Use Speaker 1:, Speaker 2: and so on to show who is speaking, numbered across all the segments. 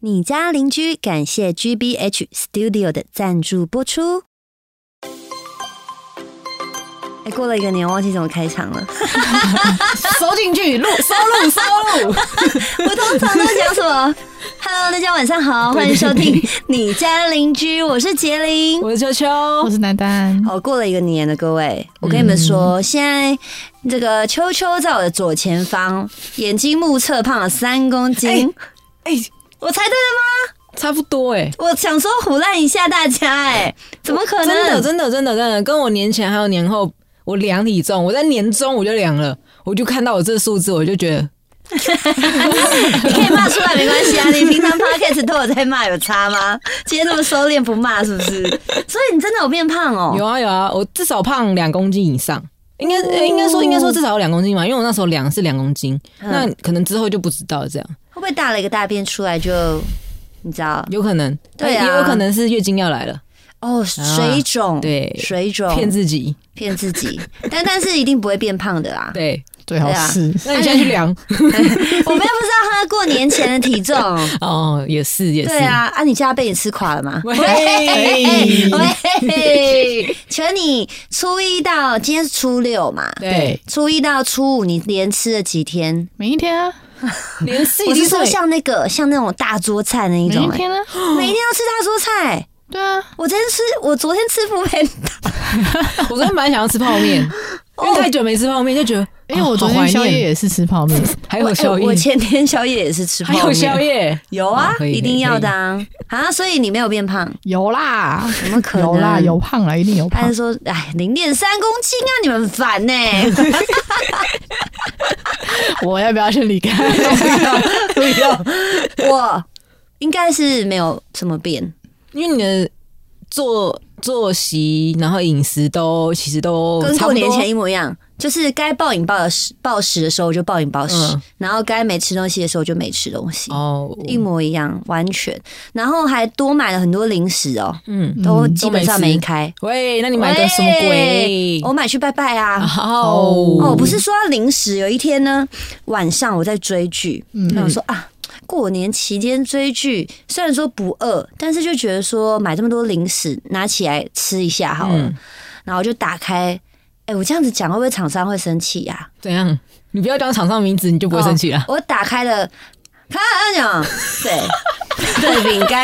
Speaker 1: 你家邻居感谢 GBH Studio 的赞助播出。哎，过了一个年，忘记怎么开场 了。
Speaker 2: 收进去，录收录收录。
Speaker 1: 我通常都讲什 么？Hello，大家晚上好，欢迎收听《你家邻居》，我是杰林。
Speaker 2: 我是秋秋，
Speaker 3: 我是丹丹，
Speaker 1: 哦，过了一个年了，各位，我跟你们说，现在这个秋秋在我的左前方，眼睛目测胖了三公斤，
Speaker 2: 哎、
Speaker 1: 我猜对了吗？
Speaker 2: 差不多哎、
Speaker 1: 我想说唬烂一下大家、哎，怎么可能？
Speaker 2: 真的真的真的真的，跟我年前还有年后，我量体重，我在年中我就量了，我就看到我这数字，我就觉得
Speaker 1: 你可以骂出来没关 系啊，你平常 podcast 都有在骂，有差吗？今天这么收敛不骂是不是？所以你真的有变胖哦？
Speaker 2: 有啊有啊，我至少胖两公斤以上。应该、呃应该说应该说至少有两公斤嘛，因为我那时候量是两公斤，
Speaker 1: 嗯
Speaker 2: 那可能之后就不知道这样，
Speaker 1: 会不会大了一个大便出来就你知道？
Speaker 2: 有可能，
Speaker 1: 对啊
Speaker 2: 也有可能是月经要来了，
Speaker 1: 哦，水肿、
Speaker 2: 啊对
Speaker 1: 水肿
Speaker 2: 骗自己，
Speaker 1: 骗自己，但但是一定不会变胖的啦。
Speaker 2: 对，
Speaker 3: 最好是
Speaker 2: 那你现在去 量，
Speaker 1: 我们又不知道他过年前的体 重。
Speaker 2: 哦，也是也是，
Speaker 1: 对啊，啊，你家被你吃垮了吗？哎
Speaker 2: 喂
Speaker 1: 喂，请你初一到今天是初六嘛？
Speaker 2: 对，
Speaker 1: 初一到初五，你连吃了几天？
Speaker 3: 每一天啊，
Speaker 2: 连四
Speaker 1: 我
Speaker 2: 已
Speaker 1: 是
Speaker 2: 经
Speaker 1: 说
Speaker 2: 睡
Speaker 1: 像那个像那种大桌菜那一
Speaker 3: 每
Speaker 1: 种、
Speaker 3: 一
Speaker 1: 欸，
Speaker 3: 天啊，
Speaker 1: 每天要吃大桌菜。
Speaker 3: 对啊，
Speaker 1: 我昨天吃，我昨天吃不配，
Speaker 2: 我昨天本来想要吃 泡面，因
Speaker 1: 哦
Speaker 2: 为太久没吃泡面，就觉得
Speaker 3: 因为哎我
Speaker 2: 啊
Speaker 3: 昨
Speaker 2: 好怀
Speaker 3: 天
Speaker 2: 念
Speaker 3: 宵夜也是吃泡面，
Speaker 2: 还有宵
Speaker 1: 哎我
Speaker 2: 夜，
Speaker 1: 前天宵夜也是吃泡
Speaker 2: 还
Speaker 1: 面，
Speaker 2: 有宵夜，
Speaker 1: 有啊
Speaker 2: 哦，可以
Speaker 1: 一定要的啊啊！所以你没有变胖，
Speaker 3: 有啦，
Speaker 1: 怎么可能？
Speaker 3: 有啦，有胖啦，一定有
Speaker 1: 他
Speaker 3: 胖
Speaker 1: 是。说，哎，零点三公斤啊，你们很烦呢、
Speaker 3: 我要不要先离开？
Speaker 1: 我应该是没有什么变，
Speaker 2: 因为你的作作息，然后饮食都其实都
Speaker 1: 跟
Speaker 2: 差
Speaker 1: 过
Speaker 2: 不
Speaker 1: 年
Speaker 2: 多
Speaker 1: 前一模一样，就是该暴饮暴食暴食的时候我就暴饮暴食，
Speaker 2: 嗯
Speaker 1: 然后该没吃东西的时候就没吃东西，
Speaker 2: 哦，
Speaker 1: 一模一样，完全。然后还多买了很多零食哦，
Speaker 2: 嗯，
Speaker 1: 都
Speaker 3: 嗯
Speaker 1: 基本上
Speaker 2: 都没吃
Speaker 1: 没开。
Speaker 2: 喂，那你买的什么
Speaker 1: 喂
Speaker 2: 鬼？
Speaker 1: 我买去拜拜啊。
Speaker 2: 哦
Speaker 1: 哦，不是说到零食，有一天呢晚上我在追剧，
Speaker 2: 嗯
Speaker 1: 然后我说啊，过年期间追剧，虽然说不饿，但是就觉得说买这么多零食拿起来吃一下好了，
Speaker 2: 嗯
Speaker 1: 然后我就打开。哎、我这样子讲会不会厂商会生气啊呀、
Speaker 2: 怎样？你不要讲厂商名字，你就不会
Speaker 1: 哦
Speaker 2: 生气啊了。
Speaker 1: 我打开了，看按讲，对对饼 干，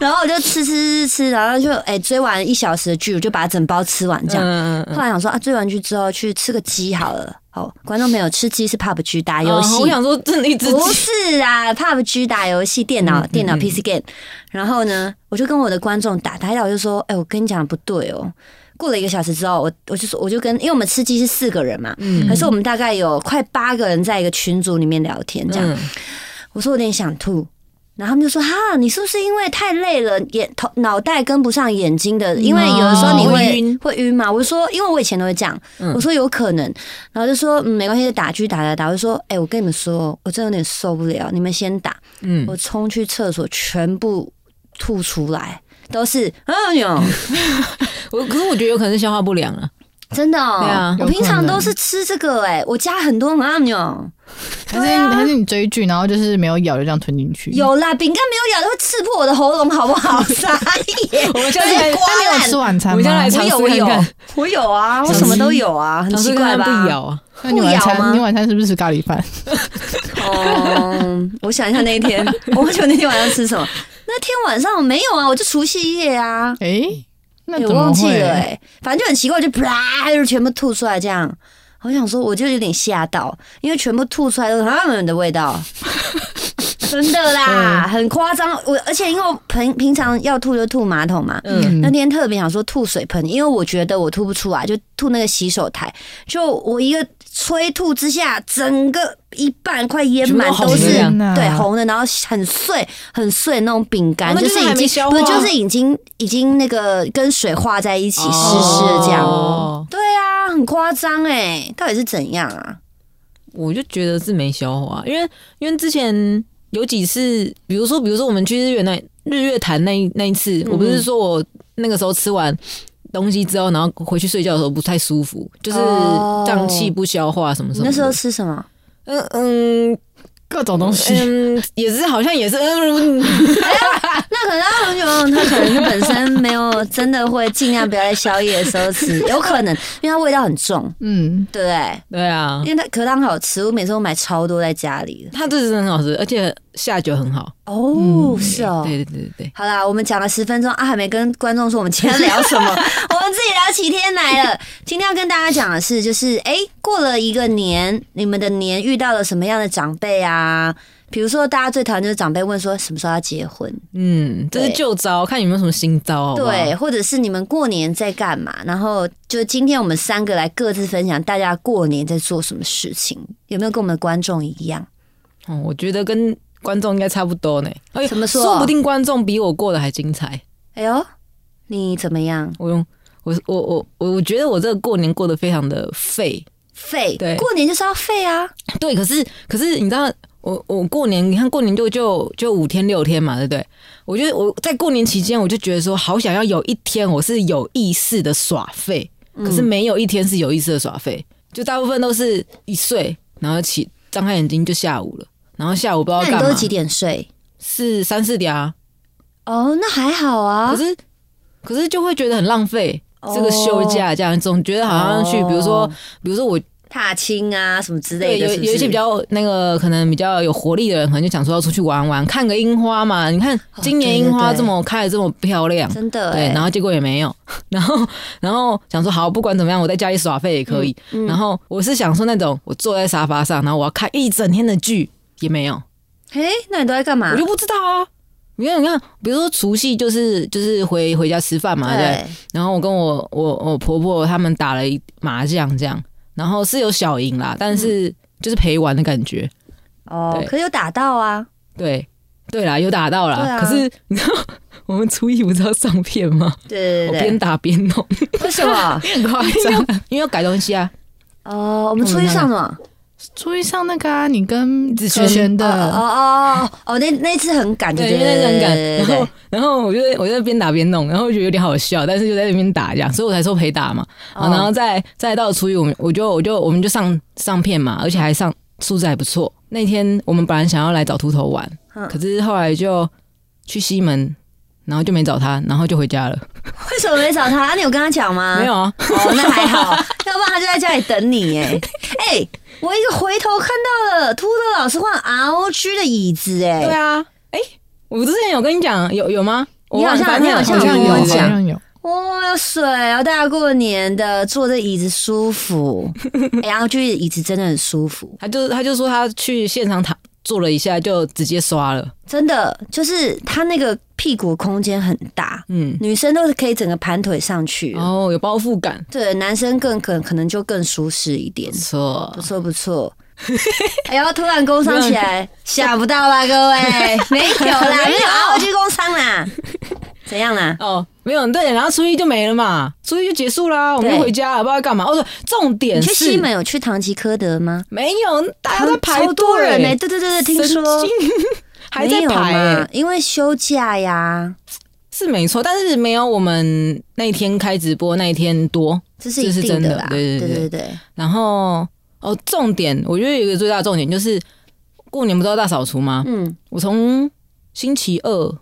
Speaker 1: 然后我就吃吃吃吃，然后就哎、追完一小时的剧，我就把它整包吃完这样。
Speaker 2: 嗯，嗯
Speaker 1: 后来想说啊，追完剧之后去吃个鸡好了。哦，观众朋友，吃鸡是 PUBG 打
Speaker 2: 嗯
Speaker 1: 游
Speaker 2: 哦
Speaker 1: 戏，
Speaker 2: 我想说，真的一只
Speaker 1: 不是啊，PUBG 打游戏，电脑
Speaker 2: 嗯
Speaker 1: 电脑
Speaker 2: 嗯
Speaker 1: PC game。然后呢，我就跟我的观众打，打一打我就说，哎、我跟你讲不对哦。过了一个小时之后，我我就说，我就跟，因为我们吃鸡是四个人嘛，
Speaker 2: 嗯
Speaker 1: 可是我们大概有快八个人在一个群组里面聊天这样。
Speaker 2: 嗯
Speaker 1: 我说我有点想吐。然后他们就说：“哈，你是不是因为太累了，眼头脑袋跟不上眼睛的？因为有的时候你
Speaker 2: 嗯哦
Speaker 1: 会
Speaker 2: 会晕
Speaker 1: 会晕嘛。”我说：“因为我以前都会这样。
Speaker 2: 嗯
Speaker 1: 我说：“有可能。”然后就说：“嗯，没关系，就打狙打打打。”我就说：“哎、我跟你们说，我真的有点受不了，你们先打。”
Speaker 2: 嗯，
Speaker 1: 我冲去厕所，全部吐出来，都是
Speaker 2: 嗯
Speaker 1: 哎呦，
Speaker 2: 我可是我觉得有可能是消化不良啊，
Speaker 1: 真的、哦。
Speaker 2: 对啊
Speaker 1: 我
Speaker 3: 有
Speaker 1: 平
Speaker 3: 可
Speaker 1: 常
Speaker 3: 能
Speaker 1: 都是吃这个、哎，我加很多哎
Speaker 2: 嗯
Speaker 1: 呦，
Speaker 3: 还是你还是你追剧，然后就是没有咬就这样吞进去？
Speaker 1: 有啦，饼干没有咬，它会刺破我的喉咙，好不好？ 傻眼。
Speaker 2: 我们 下次来
Speaker 1: 刮
Speaker 3: 那你有
Speaker 1: 烂
Speaker 3: 吃晚餐
Speaker 2: 我
Speaker 3: 吗？
Speaker 2: 们先来
Speaker 1: 我
Speaker 2: 尝试
Speaker 1: 哎有，我
Speaker 2: 看
Speaker 1: 有
Speaker 2: 看，
Speaker 1: 我有啊，我什么都有啊，很
Speaker 2: 尝
Speaker 1: 奇
Speaker 2: 试
Speaker 1: 怪
Speaker 2: 看看
Speaker 1: 吧？
Speaker 2: 不咬啊，
Speaker 3: 那你
Speaker 1: 不
Speaker 3: 晚
Speaker 1: 咬吗
Speaker 3: 餐你晚餐是不是吃咖喱饭？
Speaker 1: 哦， 我想一下那一 天，我忘记我那天晚上吃什么。那天晚上没有啊，我就除夕夜啊，
Speaker 3: 诶，那
Speaker 1: 哎
Speaker 3: 怎
Speaker 1: 我
Speaker 3: 么
Speaker 1: 忘记
Speaker 3: 会？
Speaker 1: 了哎、反正就很奇怪，就 啪就全部吐出来这样。我想说，我就有点吓到，因为全部吐出来都是他们的味道， 真的
Speaker 2: 嗯
Speaker 1: 啦，很夸张。我而且因为我平平常要吐就吐马桶嘛，
Speaker 2: 嗯
Speaker 1: 那天特别想说吐水盆，因为我觉得我吐不出来，就吐那个洗手台。就我一个催吐之下，整个一半快淹满
Speaker 2: 全部
Speaker 1: 都
Speaker 2: 红的
Speaker 1: 是
Speaker 2: 这
Speaker 3: 样
Speaker 1: 对红的，然后很碎很碎那种饼干，
Speaker 2: 哦那就是
Speaker 1: 已
Speaker 2: 还没
Speaker 1: 经
Speaker 2: 消
Speaker 1: 不
Speaker 2: 化
Speaker 1: 是就是已经已经那个跟水化在一起湿湿的这样。
Speaker 2: 哦
Speaker 1: 对啊，很夸张哎，到底是怎样啊？
Speaker 2: 我就觉得是没消化，因为因为之前有几次，比如说比如说我们去日月那日月潭那一那一次，我不是说我那个时候吃完东西之后，然后回去睡觉的时候不太舒服，就是
Speaker 1: 哦
Speaker 2: 胀气不消化什么什
Speaker 1: 你
Speaker 2: 么的。
Speaker 1: 那时候吃什么？
Speaker 2: 嗯嗯，
Speaker 3: 各种东西，
Speaker 1: 哎
Speaker 2: 嗯，也是好像也是，嗯，
Speaker 1: 那可能他们觉得他可能是本身没有真的会尽量不要在宵夜的时候吃，有可能，因为它味道很重，
Speaker 3: 嗯，
Speaker 1: 对不对？
Speaker 2: 对啊，
Speaker 1: 因为它可它很好吃，我每次都买超多在家里的。
Speaker 2: 它这真的很好吃，而且下酒很好。
Speaker 1: 哦，是哦。
Speaker 2: 嗯对对对对
Speaker 1: 好啦，我们讲了十分钟啊，还没跟观众说我们今天聊什 么，我们自己聊起天来了。今天要跟大家讲的是，就是哎、诶过了一个年，你们的年遇到了什么样的长辈啊？比如说，大家最讨厌就是长辈问说什么时候要结婚，
Speaker 2: 嗯，这是旧招，看有没有什么新招，好不好
Speaker 1: 对，，或者是你们过年在干嘛？然后就今天我们三个来各自分享大家过年在做什么事情，有没有跟我们的观众一样？
Speaker 2: 哦，我觉得跟观众应该差不多呢。哎呦
Speaker 1: 怎么说
Speaker 2: 说不定观众比我过得还精彩。
Speaker 1: 哎呦，你怎么样？
Speaker 2: 我用我我我我我觉得我这个过年过得非常的废，
Speaker 1: 废
Speaker 2: 对，
Speaker 1: 过年就是要废啊！
Speaker 2: 对，可是可是你知道，我我过年，你看过年就就就五天六天嘛，对不对？我觉得我在过年期间，我就觉得说，好想要有一天我是有意识的耍废，可
Speaker 1: 嗯
Speaker 2: 是没有一天是有意识的耍废，就大部分都是一睡，然后起张开眼睛就下午了，然后下午不知道
Speaker 1: 那
Speaker 2: 哦干
Speaker 1: 你都
Speaker 2: 嘛
Speaker 1: 是，几点睡？
Speaker 2: 是三四点啊，
Speaker 1: 哦，那还好啊。
Speaker 2: 可是可是就会觉得很浪费。
Speaker 1: 哦
Speaker 2: 这个休假这样，总觉得好像去，比如说，比如说我
Speaker 1: 踏青啊什么之类
Speaker 2: 对，
Speaker 1: 的
Speaker 2: 有
Speaker 1: 是不是
Speaker 2: 有一些比较那个可能比较有活力的人，可能就想说要出去玩玩，看个樱花嘛。你看今年
Speaker 1: 对对
Speaker 2: 樱花
Speaker 1: 哦对
Speaker 2: 这么开的这么漂亮，
Speaker 1: 真的
Speaker 2: 对，
Speaker 1: 欸
Speaker 2: 然后结果也没有， 然后然后想说好，不管怎么样，我在家里耍废也可以。
Speaker 1: 嗯
Speaker 2: 然后我是想说那种我坐在沙发上，然后我要看一整天的剧也没有，
Speaker 1: 哎，那你都在干嘛
Speaker 2: 我？就不知道啊。你看，你看，比如说除夕就是就是回回家吃饭嘛，对不对，然后我跟我我我婆婆他们打了一麻将，这样，然后是有小赢啦，但
Speaker 1: 嗯
Speaker 2: 是就是陪玩的感觉。
Speaker 1: 哦
Speaker 2: 对，
Speaker 1: 可有打到啊，
Speaker 2: 对对啦，有打到啦。
Speaker 1: 对啊
Speaker 2: 可是你知道我们初一不是要上片吗？
Speaker 1: 对
Speaker 2: 我边
Speaker 1: 对
Speaker 2: 打边弄，
Speaker 1: 对，为什 么？
Speaker 2: 很夸张，因为要改东西啊。
Speaker 1: 哦，我们出去上什么？
Speaker 3: 注意上那个啊，你跟
Speaker 2: 子
Speaker 3: 子璇
Speaker 2: 璇
Speaker 1: 哦
Speaker 3: 的，
Speaker 1: 哦哦哦，那那次很赶，
Speaker 2: 对，
Speaker 1: 对
Speaker 2: 因为那很赶。
Speaker 1: 对对
Speaker 2: 然
Speaker 1: 对
Speaker 2: 后然后我就在我就在边打边弄，然后我觉得有点好笑，但是就在那边打这样，所以我才说陪打嘛。
Speaker 1: 哦
Speaker 2: 啊，然后再再到初一，我们我就我就我们就上上片嘛，而且还上素质还不错。那天我们本来想要来找秃头玩，
Speaker 1: 嗯
Speaker 2: 可是后来就去西门，然后就没找他，然后就回家了。
Speaker 1: 为什么没找他？啊你有跟他讲吗？
Speaker 2: 没。有啊，
Speaker 1: 哦，那还好，要不然他就在家里等你耶。哎，我一个回头看到了秃头老师换 R O G 的椅子，
Speaker 2: 对
Speaker 1: 哎，
Speaker 2: 啊，哎、我之前有跟你讲有有吗？
Speaker 1: 你好像
Speaker 2: 我忘了反正
Speaker 1: 你好像
Speaker 3: 好像有，
Speaker 1: 我
Speaker 3: 好
Speaker 1: 有哦讲
Speaker 3: 像有，
Speaker 1: 哇、哦、水啊！大家过年的坐这椅子舒 服，哎 R O G 的椅子真的很舒服。
Speaker 2: 他就他就说他去现场躺坐了一下，就直接刷了。
Speaker 1: 真的就是他那个屁股空间很大，
Speaker 2: 嗯，
Speaker 1: 女生都是可以整个盘腿上去的，
Speaker 2: 哦，有包覆感，
Speaker 1: 对，男生更可可能就更舒适一点
Speaker 2: 不。错
Speaker 1: 不。错不错， 哎呦，突然工伤起来，想不到吧，各 位？没有啦，没有啊，我去工伤啦，怎样啦？
Speaker 2: 哦，没有对，然后初一就没了嘛，初一就结束啦，我们就
Speaker 1: 对
Speaker 2: 回家了，不知道干嘛。哦，对，重点
Speaker 1: 你去西
Speaker 2: 是
Speaker 1: 门有去唐吉诃德吗？
Speaker 2: 没有，大家在排
Speaker 1: 超多人呢、
Speaker 2: 呢，
Speaker 1: 对对对对，听说
Speaker 2: 神 经还
Speaker 1: 没
Speaker 2: 在
Speaker 1: 有
Speaker 2: 排
Speaker 1: 嘛
Speaker 2: 欸，，
Speaker 1: 因为休假呀，
Speaker 2: 是没错，但是没有我们那天开直播那一天多。
Speaker 1: 这是一
Speaker 2: 这是
Speaker 1: 定
Speaker 2: 真的
Speaker 1: 啦，
Speaker 2: 对
Speaker 1: 对
Speaker 2: 对对
Speaker 1: 对对，
Speaker 2: 然后哦，重点我觉得有一个最大的重点就是过年不是要大扫除吗？
Speaker 1: 嗯，
Speaker 2: 我从星期二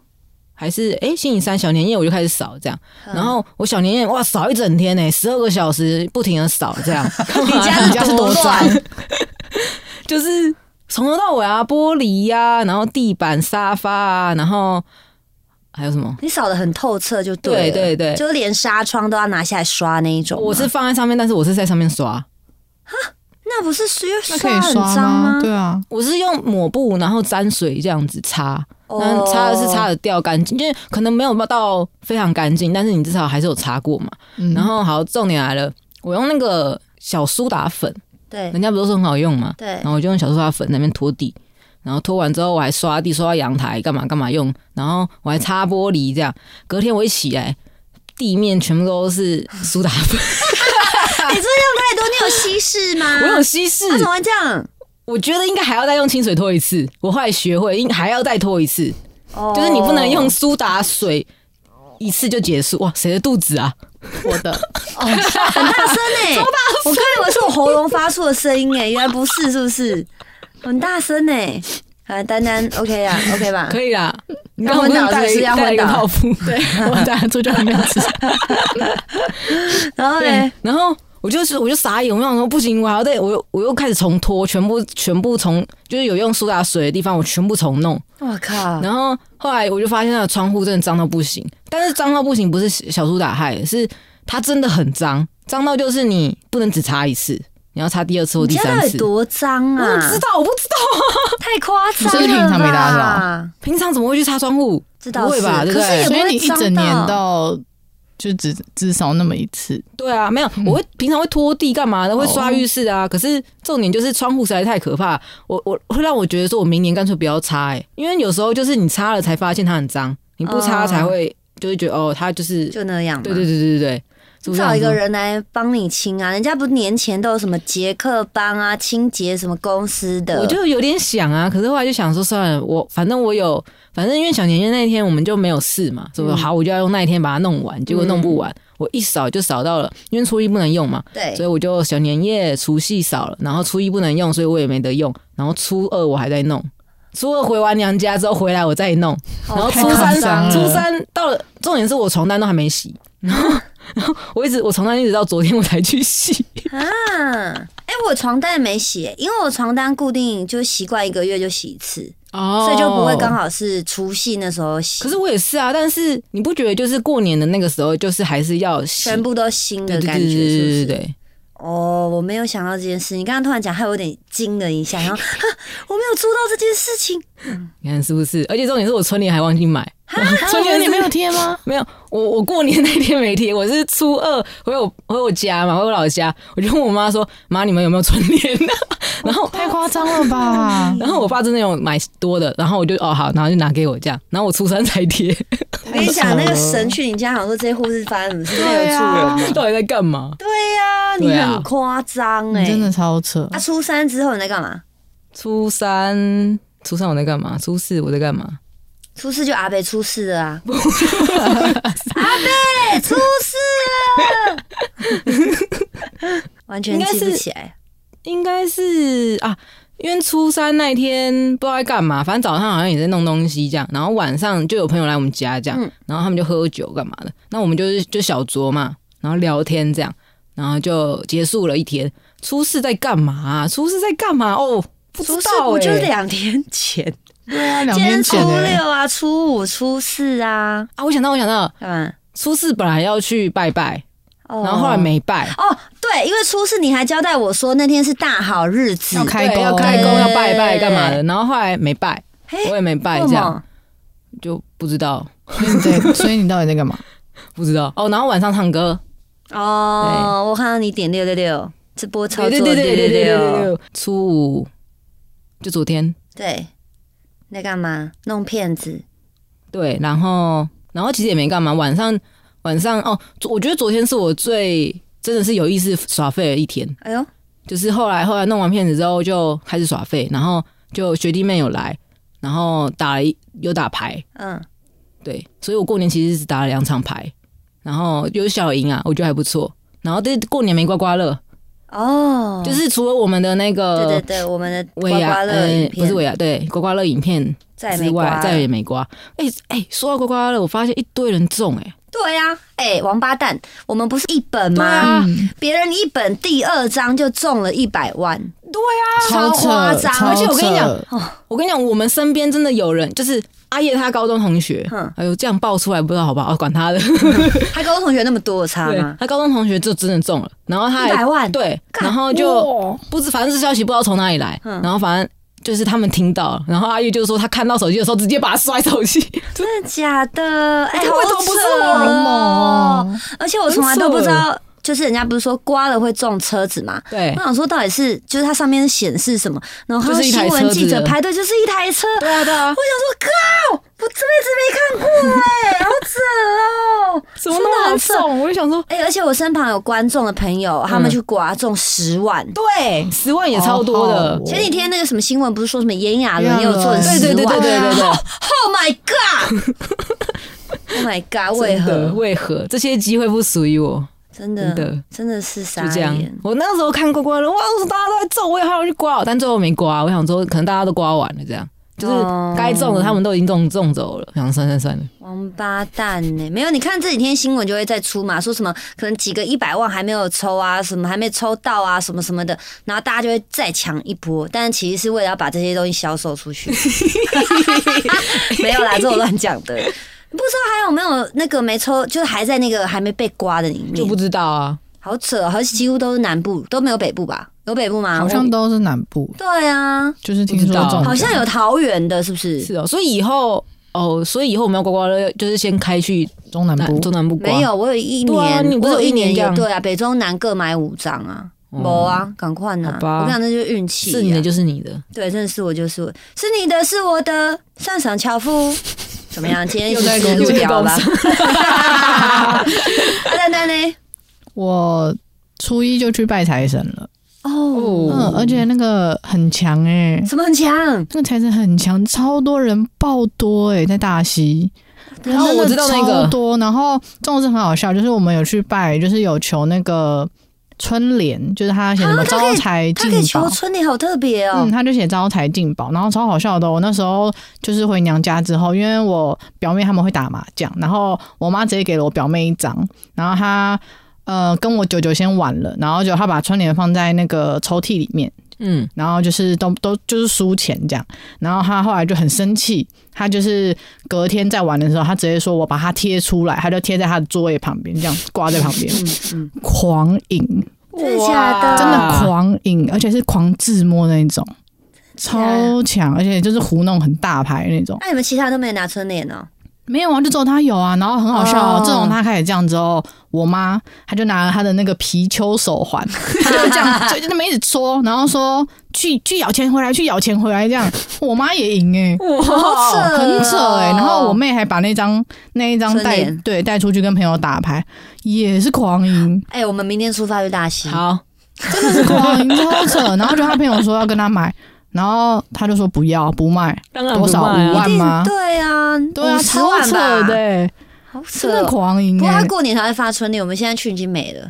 Speaker 2: 还是哎、星期三小年夜我就开始扫这样，
Speaker 1: 嗯
Speaker 2: 然后我小年夜哇扫一整天呢、十二个小时不停的扫 这样，
Speaker 1: 你家
Speaker 3: 你
Speaker 1: 是
Speaker 3: 家是
Speaker 1: 多
Speaker 3: 多
Speaker 1: 乱
Speaker 3: 脏？
Speaker 2: 就是从头到尾啊，玻璃呀、然后地板、沙发啊，然后还有什么？
Speaker 1: 你扫的很透彻就对了，
Speaker 2: 对对对
Speaker 1: 就连纱窗都要拿下来刷那一种吗。
Speaker 2: 我是放在上面，但是我是在上面刷，
Speaker 1: 那不是因为
Speaker 3: 那可
Speaker 1: 刷
Speaker 3: 以
Speaker 1: 很
Speaker 3: 刷
Speaker 1: 脏吗？
Speaker 3: 对啊，
Speaker 2: 我是用抹布，然后沾水这样子擦，
Speaker 1: 哦
Speaker 2: 然后嗯擦的是擦
Speaker 1: 的，
Speaker 2: 的掉干净，就是可能没有到非常干净，但是你至少还是有擦过嘛。
Speaker 3: 嗯，
Speaker 2: 然后好，重点来了，我用那个小苏打粉，
Speaker 1: 对
Speaker 2: 人家不都说很好用嘛，
Speaker 1: 对
Speaker 2: 然，后我就用小苏打粉在那边拖地，然后拖完之后我还刷地、刷阳台，干嘛干嘛用，然后我还擦玻璃这样。隔天我一起来，地面全部都是苏打 粉，
Speaker 1: 哎你这用太多，你有稀释吗？
Speaker 2: 我有 稀释，
Speaker 1: 啊，怎么会这样？
Speaker 2: 我觉得应该还要再用清水拖一次。我后来学会，应还要再拖一次，
Speaker 1: 哦
Speaker 2: 就是你不能用苏打水一次就结束。哇，谁的肚子啊？
Speaker 3: 我的，
Speaker 1: 欸 很大声哎，我刚以为是我喉咙发出的声音哎，原来不是，是不是？很大声呢、啊，丹丹，OK 啊，OK 吧？
Speaker 2: 可以啦。你
Speaker 1: 要
Speaker 2: 刚刚不
Speaker 1: 昏倒
Speaker 2: 带
Speaker 1: 是不是要
Speaker 2: 带一个
Speaker 1: 昏倒
Speaker 2: 泡芙，对，
Speaker 3: 我打出就很没有吃。
Speaker 1: 然后嘞，
Speaker 2: 然后我就是我就傻眼，我想说不行，我还要再我又我又开始重拖，全部全部重就是有用苏打水的地方，我全部重弄。
Speaker 1: 我靠，
Speaker 2: 然后后来我就发现那个窗户真的脏到不行，但是脏到不行不是小苏打害的，是它真的很脏，脏到就是你不能只擦一次，你要擦第二次或
Speaker 1: 你
Speaker 2: 第
Speaker 1: 家
Speaker 2: 三
Speaker 1: 到底
Speaker 2: 次。
Speaker 1: 多脏
Speaker 2: 我
Speaker 1: 啊！
Speaker 2: 不知道，我不知道，
Speaker 1: 太夸张了吧
Speaker 3: 你是不是平常没打扫
Speaker 2: 平常怎么会去擦窗户？
Speaker 1: 知道
Speaker 2: 啊不会吧对不
Speaker 1: 可是
Speaker 2: 对
Speaker 1: 也不
Speaker 3: 所以你
Speaker 1: 会
Speaker 3: 一
Speaker 1: 脏
Speaker 3: 整年到就只至少那么一次，
Speaker 2: 对啊，没有，
Speaker 1: 嗯
Speaker 2: 我会平常会拖地干嘛的，会刷浴室
Speaker 1: 哦
Speaker 2: 啊。可是重点就是窗户实在太可怕，我我会让我觉得说我明年干脆不要擦、欸，因为有时候就是你擦了才发现它很脏，你不擦
Speaker 1: 哦
Speaker 2: 才会、就会觉得哦，它就是
Speaker 1: 就那样嘛。
Speaker 2: 对对对对对对，是不是这样
Speaker 1: 找一
Speaker 2: 说
Speaker 1: 个人来帮你清啊！人家不年前都有什么杰克帮啊、清洁什么公司的，
Speaker 2: 我就有点想啊，可是后来就想说算了，我反正我有，反正因为小年夜那一天我们就没有事嘛，所以我
Speaker 1: 嗯
Speaker 2: 好我就要用那一天把它弄完，结果弄不完，我一扫就扫到了，因为初一不能用嘛，
Speaker 1: 对
Speaker 2: 所以我就小年夜、除夕扫了，然后初一不能用，所以我也没得用，然后初二我还在弄。初二回完娘家之后回来我再弄，然
Speaker 1: 好
Speaker 2: 后初
Speaker 1: 夸
Speaker 2: 三
Speaker 1: 张
Speaker 3: 嗯
Speaker 2: 初三到了，重点是我床单都还没洗，然后然后我一直我床单一直到昨天我才去洗，
Speaker 1: 啊！哎、我床单没洗、因为我床单固定就习惯一个月就洗一次，
Speaker 2: 哦
Speaker 1: 所以就不会刚好是除夕那时候洗，
Speaker 2: 可是我也是啊，但是你不觉得就是过年的那个时候，就是还是要洗
Speaker 1: 全部都新
Speaker 2: 对
Speaker 1: 的
Speaker 2: 对
Speaker 1: 感
Speaker 2: 对
Speaker 1: 觉，
Speaker 2: 对
Speaker 1: 是不是？
Speaker 2: 对对对，
Speaker 1: 哦，我没有想到这件事，你刚刚突然讲，害我有点惊了一下，然后啊我没有注意到这件事情，
Speaker 2: 你看是不是？而且重点是我春联还忘记买，
Speaker 1: 啊
Speaker 3: 所以你没有贴吗？
Speaker 2: 没有，我我过年那天没贴，我是初二回我回我家嘛，回我老家，我就问我妈说：“妈，你们有没有春联、 然后
Speaker 3: 太夸张了吧！
Speaker 2: 然后我爸真的有买多的，然后我就哦好，然后就拿给我这样，然后我初三才贴，
Speaker 1: 我跟你讲，那个神去你家，想说这些护士发生什么事，没有
Speaker 3: 对
Speaker 1: 住人
Speaker 3: 啊
Speaker 1: 吗？
Speaker 2: 到底在干嘛？
Speaker 1: 对呀、你
Speaker 2: 对啊
Speaker 1: 很夸张哎，
Speaker 3: 你真的超扯
Speaker 1: 啊，，初三之后你在干嘛？
Speaker 2: 初三初三我在干嘛？初四我在干嘛？
Speaker 1: 初四就阿北出事了 啊！阿北出事了， 完全记不起来。
Speaker 2: 应该是啊，因为初三那一天不知道在干嘛，反正早上好像也在弄东西这样，然后晚上就有朋友来我们家这样，
Speaker 1: 嗯
Speaker 2: 然后他们就喝酒干嘛的，那我们就是就小酌嘛，然后聊天这样，然后就结束了一天。初四在干嘛、啊初四在干嘛？哦，不知
Speaker 1: 初四
Speaker 2: 道、
Speaker 1: 不
Speaker 2: 欸，
Speaker 1: 就两天前？
Speaker 3: 对啊，两
Speaker 1: 今天
Speaker 3: 天
Speaker 1: 初
Speaker 3: 前欸
Speaker 1: 六啊，初五、初四啊，
Speaker 2: 啊，我想到，我想到，
Speaker 1: 干嘛？
Speaker 2: 初四本来要去拜拜，
Speaker 1: 哦
Speaker 2: 然后后来。没拜，
Speaker 1: 哦，对，因为初四你还交代我说那天是大好日子
Speaker 3: 要，开
Speaker 2: 对，
Speaker 3: 工，
Speaker 2: 要开工
Speaker 1: 对
Speaker 2: 要拜拜干嘛的，然后后来没拜，
Speaker 1: 嘿
Speaker 2: 我也没拜，
Speaker 1: 哎为
Speaker 2: 这
Speaker 1: 什
Speaker 2: 样
Speaker 1: 么？
Speaker 2: 就不知道，
Speaker 3: 所以你在，所以你到底在干嘛？
Speaker 2: 不知道哦。然后晚上唱歌，
Speaker 1: 哦，我看到你点六六六，这波操作
Speaker 2: 对
Speaker 1: 六
Speaker 2: 对
Speaker 1: 六
Speaker 2: 对对对对
Speaker 1: 六，
Speaker 2: 对，初五就昨天，
Speaker 1: 对，你在干嘛？弄骗子。
Speaker 2: 对，然后然后其实也没干嘛，晚上晚上哦，昨我觉得昨天是我最真的是有意思耍废的一天，
Speaker 1: 哎呦，
Speaker 2: 就是后来后来弄完片子之后就开始耍废，然后就学弟妹有来，然后打了一有打牌，
Speaker 1: 嗯，
Speaker 2: 对，所以我过年其实只打了两场牌，然后有小赢啊，我觉得还不错。然后对过年没刮刮乐，
Speaker 1: 哦，
Speaker 2: 就是除了我们的那
Speaker 1: 对对
Speaker 2: 个
Speaker 1: 对，我们的刮
Speaker 2: 尾牙，
Speaker 1: 刮乐影
Speaker 2: 呃，不
Speaker 1: 片
Speaker 2: 是尾牙，对，刮刮乐影片
Speaker 1: 再也
Speaker 2: 之
Speaker 1: 没刮
Speaker 2: 外
Speaker 1: 了，
Speaker 2: 再也没刮。哎、哎、说到刮刮乐，我发现一堆人中哎、
Speaker 1: 对呀、哎、王八蛋，我们不是一本
Speaker 2: 对
Speaker 1: 吗？
Speaker 2: 啊，
Speaker 1: 别、人一本第二张就中了一百万，
Speaker 3: 超
Speaker 1: 超夸
Speaker 3: 扯，
Speaker 1: 张
Speaker 3: 超
Speaker 1: 而
Speaker 2: 且我跟你讲
Speaker 3: 扯
Speaker 2: 我跟你讲，我们身边真的有人，就是阿叶他高中同学，
Speaker 1: 哼
Speaker 2: 哎呦这样爆出来不知道好不好，啊管他的，
Speaker 1: 他跟我同学那么多有差
Speaker 2: 对
Speaker 1: 吗？
Speaker 2: 他高中同学就真的中了，然后他
Speaker 1: 一百
Speaker 2: 还
Speaker 1: 万，
Speaker 2: 对，
Speaker 1: 干
Speaker 2: 然后就不知反正这消息不知道从哪里来，
Speaker 1: 嗯
Speaker 2: 然后反正就是他们听到，然后阿玉就说他看到手机的时候直接把他摔手机，
Speaker 1: 真的假的？哎、
Speaker 2: 这
Speaker 1: 好
Speaker 2: 为什么不是
Speaker 1: 扯
Speaker 2: 我
Speaker 3: 好猛哦！
Speaker 1: 而且我从来都不知道，就是人家不是说刮了会中车子吗？
Speaker 2: 对
Speaker 1: 我想说到底是就是它上面显示什么，然后
Speaker 2: 就
Speaker 1: 他
Speaker 2: 是一台
Speaker 1: 新闻
Speaker 2: 车子
Speaker 1: 记者
Speaker 2: 的
Speaker 1: 排队就是一台车，
Speaker 2: 对啊对啊
Speaker 1: 我，想说，靠，我这辈子没看过哎、好扯哦，
Speaker 2: 怎么那么
Speaker 1: 很
Speaker 2: 难
Speaker 1: 扯。
Speaker 2: 中？我就想说，
Speaker 1: 哎、而且我身旁有观众的朋友，他们
Speaker 2: 嗯哦
Speaker 1: 去刮中十万。
Speaker 2: 对，十万也超多的
Speaker 3: 好好，
Speaker 1: 前几天那个什么新闻不是说什么炎亚纶
Speaker 3: 炎亚
Speaker 1: 也有中了
Speaker 3: 纶
Speaker 1: 十万？
Speaker 2: 对对对对对对对，
Speaker 1: Oh my god！Oh my god！为
Speaker 2: 真的
Speaker 1: 何？
Speaker 2: 为何这些机会不属于我？
Speaker 1: 真的
Speaker 2: 真的
Speaker 1: 真的是傻
Speaker 2: 就这样
Speaker 1: 眼。。
Speaker 2: 我那时候看刮刮乐，哇，为什么大家都在中？我也好想去刮，但最后没刮。我想说，可能大家都刮完了，这样就是
Speaker 1: 哦
Speaker 2: 该中的他们都已经中中走了。想算算算了，
Speaker 1: 王八蛋呢、没有，你看这几天新闻就会再出嘛，说什么可能几个一百万还没有抽啊，什么还没抽到啊，什么什么的，然后大家就会再抢一波，但其实是为了要把这些东西销售出去。 没有啦，这我乱讲的。不知道还有没有那个没抽，就是还在那个还没被刮的里
Speaker 2: 就不
Speaker 1: 面，
Speaker 2: 知道啊。
Speaker 1: 好扯哦，好像几乎都是南部，都没有北部吧？有北部吗？
Speaker 3: 好像都是南部，
Speaker 1: 对啊，
Speaker 3: 就是听
Speaker 2: 不
Speaker 3: 说
Speaker 2: 知道
Speaker 3: 中
Speaker 1: 好像有桃园的，是不是？
Speaker 2: 是哦，所以以后哦，所以以后我们要刮刮乐，就是先开去
Speaker 3: 中南
Speaker 2: 南
Speaker 3: 部
Speaker 2: 中南部刮。
Speaker 1: 没有，我有一
Speaker 2: 对
Speaker 1: 年，
Speaker 2: 啊你
Speaker 1: 我
Speaker 2: 不是
Speaker 1: 有
Speaker 2: 有
Speaker 1: 一
Speaker 2: 一年
Speaker 1: 年
Speaker 2: 这
Speaker 1: 有
Speaker 2: 样
Speaker 1: 对啊，北中南各买五张啊，
Speaker 2: 哦
Speaker 1: 没、啊，赶快拿
Speaker 2: 好。吧
Speaker 1: 我跟你讲，那就是运气、啊。
Speaker 2: 是你的就是你的，
Speaker 1: 对，真的是我就是我，是你的是我的，上上樵夫。 怎么样？今天
Speaker 2: 又
Speaker 1: 是
Speaker 2: 在
Speaker 1: 思路
Speaker 2: 又在
Speaker 1: 掉了吧
Speaker 2: 工？
Speaker 1: 阿丹丹呢？
Speaker 3: 我初一就去拜财神了，
Speaker 1: 哦，
Speaker 3: 嗯，而且那个很强哎、
Speaker 1: 什么很强？
Speaker 3: 那个财神很强，超多人爆多哎、在大溪，
Speaker 2: 然后我知道那
Speaker 3: 真的超
Speaker 2: 个
Speaker 3: 多，然后这种事很好笑，就是我们有去拜，就是有求那个春联，就是他写什么
Speaker 1: 啊他可
Speaker 3: 招
Speaker 1: 以
Speaker 3: 财
Speaker 1: 他
Speaker 3: 进
Speaker 1: 可以
Speaker 3: 宝
Speaker 1: 求，春联，好特别哦
Speaker 3: 嗯，。他就写招财进宝，然后超好笑的哦、我那时候就是回娘家之后，因为我表妹他们会打麻将，然后我妈直接给了我表妹一张，然后她呃跟我舅舅先玩了，然后就她把春联放在那个抽屉里面，
Speaker 2: 嗯，
Speaker 3: 然后就是都都就是输钱这样，然后他后来就很生气，他就是隔天在玩的时候，他直接说我把它贴出来，他就贴在他的座位旁边，这样挂在旁边，
Speaker 1: 嗯
Speaker 3: 狂赢，
Speaker 1: 真的假的
Speaker 2: 哇
Speaker 3: 真的狂赢，而且是狂自摸那一种，超强，而且就是胡弄很大牌那种。
Speaker 1: 那你们其他都没有拿春联哦？
Speaker 3: 没有啊，就只有他有啊，然后很好笑、哦
Speaker 1: 哦。
Speaker 3: 自从他开始这样之后，我妈她就拿了她的那个貔貅 手环，她就这样就就那么一直戳，然后说去去咬钱回来，去咬钱回来这样。我妈也赢哎、
Speaker 1: 好扯哦，
Speaker 3: 很扯哎、然后我妹还把那张那一张
Speaker 1: 春
Speaker 3: 带
Speaker 1: 联
Speaker 3: 对带出去跟朋友打牌，也是狂赢，
Speaker 1: 哎、我们明天出发去大溪。
Speaker 2: 好，
Speaker 3: 真的是狂赢，超扯。然后就她朋友说要跟她买，然后她就说不要不卖，
Speaker 2: 当然
Speaker 3: 多
Speaker 2: 不
Speaker 3: 少
Speaker 2: 卖啊
Speaker 3: 五万
Speaker 1: 一定
Speaker 3: 吗
Speaker 1: 对啊，
Speaker 3: 对啊，
Speaker 1: 十
Speaker 3: 超
Speaker 1: 万
Speaker 3: 扯
Speaker 1: 吧，
Speaker 3: 的、欸，
Speaker 1: 好扯
Speaker 3: 真的
Speaker 1: 哦。
Speaker 3: 狂赢、欸。
Speaker 1: 不过他过年才会发春联，我们现在去已经没了。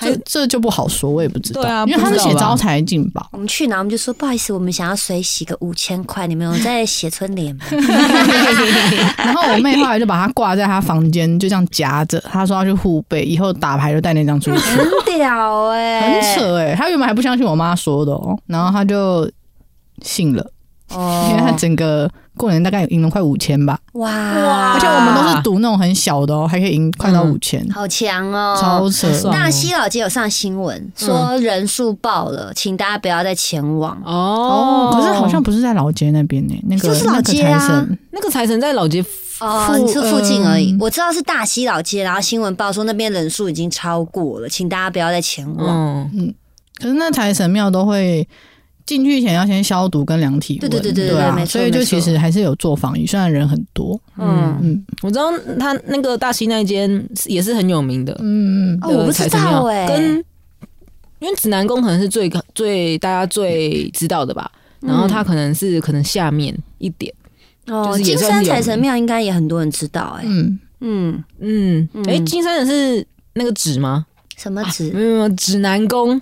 Speaker 3: 这这就不好说，我也不知道，
Speaker 2: 对啊
Speaker 3: 因为他
Speaker 2: 不
Speaker 3: 是
Speaker 2: 知道
Speaker 3: 写
Speaker 2: 吧
Speaker 3: 招财进宝，
Speaker 1: 我们去哪，我们就说不好意思，我们想要水洗个五千块，你们有在写春联吗？
Speaker 3: 然后我妹后来就把它挂在她房间，就这样夹着，她说要去护背，以后打牌就带那张出 去，
Speaker 1: 很屌哎、
Speaker 3: 很扯哎、她原本还不相信我妈说的哦，然后她就信了，因为她
Speaker 1: 哦！
Speaker 3: 整个过年大概赢了快五千吧，
Speaker 1: 哇，
Speaker 2: 哇
Speaker 3: 而且我们都是赌那种很小的哦，还可以赢快到五千，
Speaker 1: 好强哦！嗯
Speaker 3: 超扯。
Speaker 2: 好爽
Speaker 1: 大溪老街有上新闻，说人数爆了，请大家不要再前往。
Speaker 2: 哦
Speaker 3: 哦，，可是好像不是在老街那边呢、那个
Speaker 1: 就是老街啊
Speaker 3: 那个财神，
Speaker 2: 那个财神在老街
Speaker 1: 哦，
Speaker 3: 附
Speaker 1: 你是附近而已
Speaker 3: 嗯。
Speaker 1: 我知道是大溪老街，然后新闻报说那边人数已经超过了，请大家不要再前往。
Speaker 2: 嗯，
Speaker 3: 可是那财神庙都会进去前要先消毒跟量体温，
Speaker 1: 对对对对
Speaker 3: 对
Speaker 1: 对
Speaker 3: 啊
Speaker 1: 没错
Speaker 3: 所以就其实还是有做防疫，虽然人很多，
Speaker 1: 嗯
Speaker 2: 嗯，
Speaker 3: 嗯
Speaker 2: 我知道他那个大溪那间是也是很有名的，
Speaker 3: 嗯嗯
Speaker 1: 哦，我不知道哎、
Speaker 2: 哎，跟因为指南宫可能是最最大家最知道的吧，
Speaker 1: 嗯
Speaker 2: 然后它可能是可能下面一点，
Speaker 1: 哦，
Speaker 2: 就是也
Speaker 1: 金
Speaker 2: 算
Speaker 1: 山
Speaker 2: 是有
Speaker 1: 财
Speaker 2: 名
Speaker 1: 神庙应该也很多人知道哎、
Speaker 3: 嗯，
Speaker 1: 嗯，
Speaker 2: 嗯，哎，金山的是那个指吗？
Speaker 1: 什么
Speaker 2: 啊
Speaker 1: 纸、
Speaker 2: 没有没有指南宫。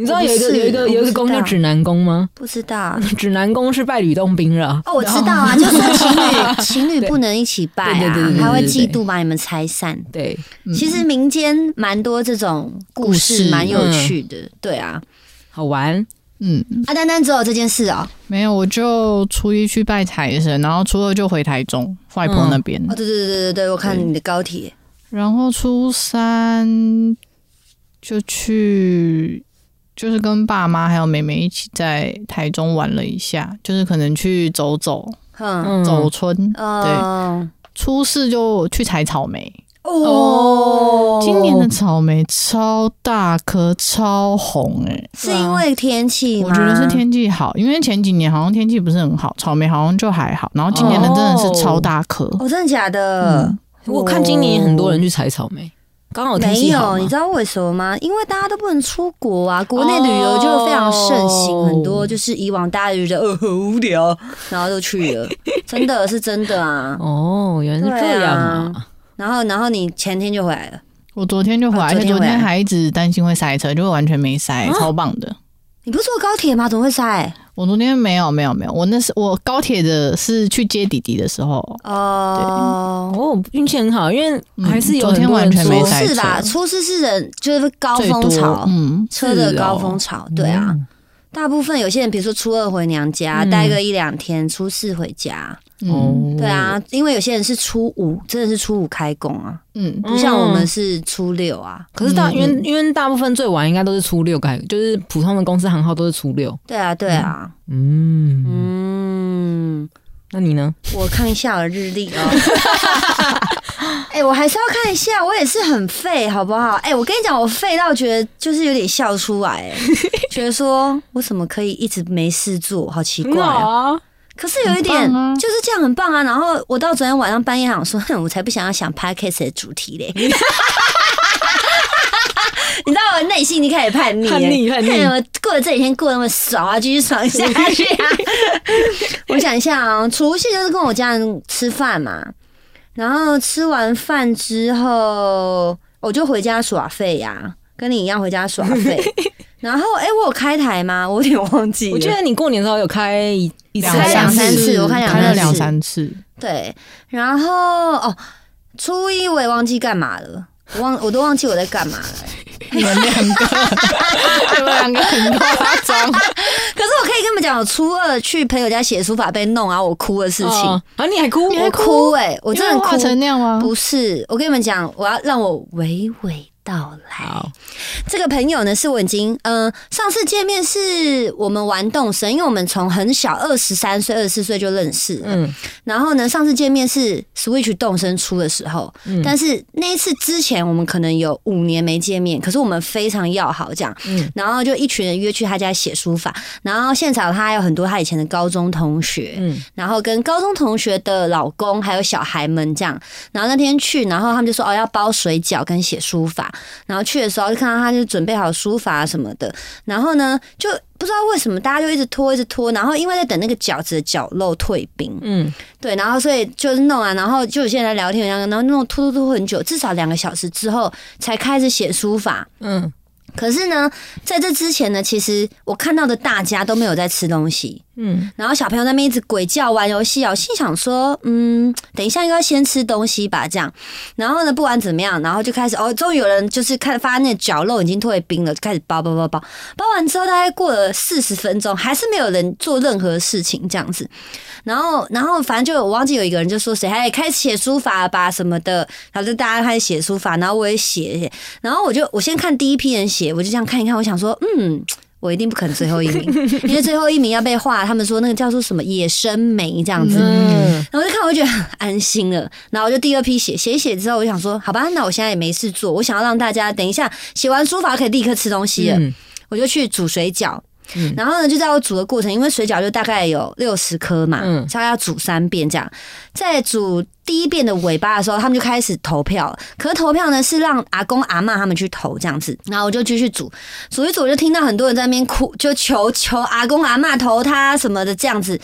Speaker 2: 你知道有一
Speaker 1: 我
Speaker 2: 个
Speaker 1: 不是
Speaker 2: 有一个有一个宫
Speaker 1: 我不
Speaker 2: 叫
Speaker 1: 知道
Speaker 2: 指南宫吗？
Speaker 1: 不知道。啊
Speaker 2: 指南宫是拜吕洞宾了啊，
Speaker 1: 哦，我知道 啊，就算情侣情侣不能一起拜
Speaker 2: 对
Speaker 1: 啊
Speaker 2: 对对对，对
Speaker 1: 他会
Speaker 2: 对
Speaker 1: 嫉
Speaker 2: 对
Speaker 1: 妒把你们拆散。
Speaker 2: 对，
Speaker 3: 嗯
Speaker 1: 其实民间蛮多这种故
Speaker 3: 故
Speaker 2: 嗯
Speaker 1: 事，
Speaker 3: 事
Speaker 1: 蛮有趣的。对啊，
Speaker 2: 好玩。
Speaker 3: 嗯
Speaker 1: 阿丹丹只有这件事哦。
Speaker 3: 没有，我就初一去拜财神，然后初二就回台中外婆那边，
Speaker 2: 嗯
Speaker 1: 哦，对对对对对，我看
Speaker 3: 对
Speaker 1: 你的高铁
Speaker 3: 然后初三就去。就是跟爸妈还有妹妹一起在台中玩了一下，就是可能去走走、
Speaker 1: 嗯
Speaker 2: 嗯，
Speaker 3: 走村。
Speaker 1: 哦
Speaker 3: 初四就去采草莓，
Speaker 1: 哦，
Speaker 3: 今年的草莓超大颗、超红哎、
Speaker 1: 是因为天气吗？
Speaker 3: 我觉得是天气好，因为前几年好像天气不是很好，草莓好像就还好，然后今年的真的是超大颗。
Speaker 1: 哦，真的假的
Speaker 3: 嗯？
Speaker 2: 我看今年很多人去采草莓，刚好哦天
Speaker 1: 没
Speaker 2: 气好
Speaker 1: 有，
Speaker 2: 嘛
Speaker 1: 你知道为什么吗？因为大家都不能出国啊，国内旅游就非常盛行，
Speaker 2: 哦
Speaker 1: 很多就是以往大家就觉得呃很无聊，然后就去了，真的 是真的啊。
Speaker 2: 哦，原来是这样啊！
Speaker 1: 然后，然后你前天就回来了，
Speaker 3: 我昨天就回来，
Speaker 1: 哦
Speaker 3: 而
Speaker 1: 昨
Speaker 3: 且
Speaker 1: 天
Speaker 3: 昨
Speaker 1: 回来
Speaker 3: 天还一直担心会塞车，就完全没塞，超棒的。
Speaker 1: 你不是坐高铁吗？怎么会塞？
Speaker 3: 我昨天没有没有没有，我那是我高铁的是去接弟弟的时候，
Speaker 1: 哦、
Speaker 2: 哦，运气很好，因为还是有
Speaker 3: 嗯昨
Speaker 2: 很
Speaker 3: 天
Speaker 2: 多人
Speaker 3: 完全
Speaker 2: 说
Speaker 3: 没
Speaker 1: 初
Speaker 3: 塞
Speaker 1: 四吧，
Speaker 3: 车
Speaker 1: 初四是人就是高
Speaker 3: 最
Speaker 1: 峰
Speaker 3: 多
Speaker 1: 潮，
Speaker 3: 嗯，
Speaker 1: 车的
Speaker 3: 是哦
Speaker 1: 高峰潮，对啊。大部分有些人，比如说初二回娘家、
Speaker 2: 嗯
Speaker 1: 待个一两天，初四回家。
Speaker 3: 嗯
Speaker 1: 对，啊，因为有些人是初五，真的是初五开工啊，
Speaker 3: 嗯，
Speaker 1: 不像我
Speaker 2: 嗯
Speaker 1: 们是初六啊。
Speaker 2: 可是大
Speaker 3: 嗯
Speaker 2: 因为因为大部分最晚应该都是初六开，就是普通的公司行号都是初六。
Speaker 1: 对啊，对啊，
Speaker 2: 嗯，
Speaker 1: 嗯，
Speaker 2: 那你呢？
Speaker 1: 我看一下我的日历哦。哎、我还是要看一下，我也是很废，好不好？哎、我跟你讲，我废到觉得就是有点笑出来、哎觉得说我怎么可以一直没事做，好奇怪、啊。
Speaker 2: 啊，
Speaker 1: 可是有一点
Speaker 3: 很棒啊
Speaker 1: 就是这样很棒啊。然后我到昨天晚上半夜想说，哼，我才不想要想 podcast 的主题嘞。 你知道我内心已经开始叛逆了，
Speaker 2: 叛逆叛逆
Speaker 1: 哼我过了这几天过得那么爽啊，继续爽下去啊！ 我想一下啊，除夕就是跟我家人吃饭嘛，然后吃完饭之后，我就回家耍废呀、跟你一样回家耍 废。然后，哎、我有开台吗？我有点忘记了。
Speaker 2: 我记得你过年的时候有开一一
Speaker 3: 啊
Speaker 2: 次
Speaker 1: 两开两三次我看两
Speaker 3: 开了
Speaker 1: 三
Speaker 3: 两
Speaker 1: 次
Speaker 3: 三 次，
Speaker 1: 对，然后哦，初一我也忘记干嘛了，我忘我都忘记我在干嘛了。
Speaker 3: 你们两个，你们两个很夸张，
Speaker 1: 可是我可以跟你们讲，我初二去朋友家写书法被弄啊，我哭的事情，
Speaker 2: 哦啊，你还哭？
Speaker 1: 我哭哎、我真的
Speaker 3: 画
Speaker 1: 哭。
Speaker 3: 成那样吗？
Speaker 1: 不是，我跟你们讲，我要让我娓娓道来。
Speaker 2: 好，
Speaker 1: 这个朋友呢，是我已经嗯、呃上次见面是我们玩动身，因为我们从很小二十三岁、二十四岁就认识了。
Speaker 2: 嗯，
Speaker 1: 然后呢，上次见面是 Switch 动身出的时候，
Speaker 2: 嗯
Speaker 1: 但是那一次之前我们可能有五年没见面，可是我们非常要好这样，
Speaker 2: 嗯
Speaker 1: 然后就一群人约去他家写书法，然后现场他还有很多他以前的高中同学，
Speaker 2: 嗯
Speaker 1: 然后跟高中同学的老公还有小孩们这样，然后那天去，然后他们就说哦要包水饺跟写书法，然后去的时候就看到他就准备好书法什么的，然后呢就不知道为什么大家就一直拖一直拖，然后因为在等那个饺子的绞肉退冰，
Speaker 2: 嗯，
Speaker 1: 对，然后所以就是弄啊，然后就哦有些人来聊天，然后弄拖拖拖很久，至少两个小时之后才开始写书法，
Speaker 2: 嗯
Speaker 1: 可是呢，在这之前呢，其实我看到的大家都没有在吃东西，
Speaker 2: 嗯，
Speaker 1: 然后小朋友在那边一直鬼叫玩游戏啊，我心想说，嗯，等一下应该要先吃东西吧，这样。然后呢，不管怎么样，然后就开始哦，终于有人就是看发现那个绞肉已经退冰了，就开始包包包包，包完之后大概过了四十分钟，还是没有人做任何事情这样子。然后，然后反正就有我忘记有一个人就说谁哎还开始写书法了吧什么的，然后就大家开始写书法，然后我也写写，然后我就我先看第一批人写，我就这样看一看，我想说，嗯。我一定不肯最后一名，因为最后一名要被画，他们说那个叫做什么野生梅这样子，
Speaker 2: 嗯
Speaker 1: 然后我就看，我就觉得很安心了。然后我就第二批写写一写之后，我就想说，好吧，那我现在也没事做，我想要让大家等一下写完书法可以立刻吃东西了，
Speaker 2: 嗯
Speaker 1: 我就去煮水饺。
Speaker 2: 嗯
Speaker 1: 然后呢，就在我煮的过程，因为水饺就大概有六十颗嘛，
Speaker 2: 嗯
Speaker 1: 所以要煮三遍这样。在煮第一遍的尾巴的时候，他们就开始投票了。可是投票呢是让阿公阿嬷他们去投这样子，然后我就继续煮，煮一煮，我就听到很多人在那边哭，就求求阿公阿嬷投他什么的这样子。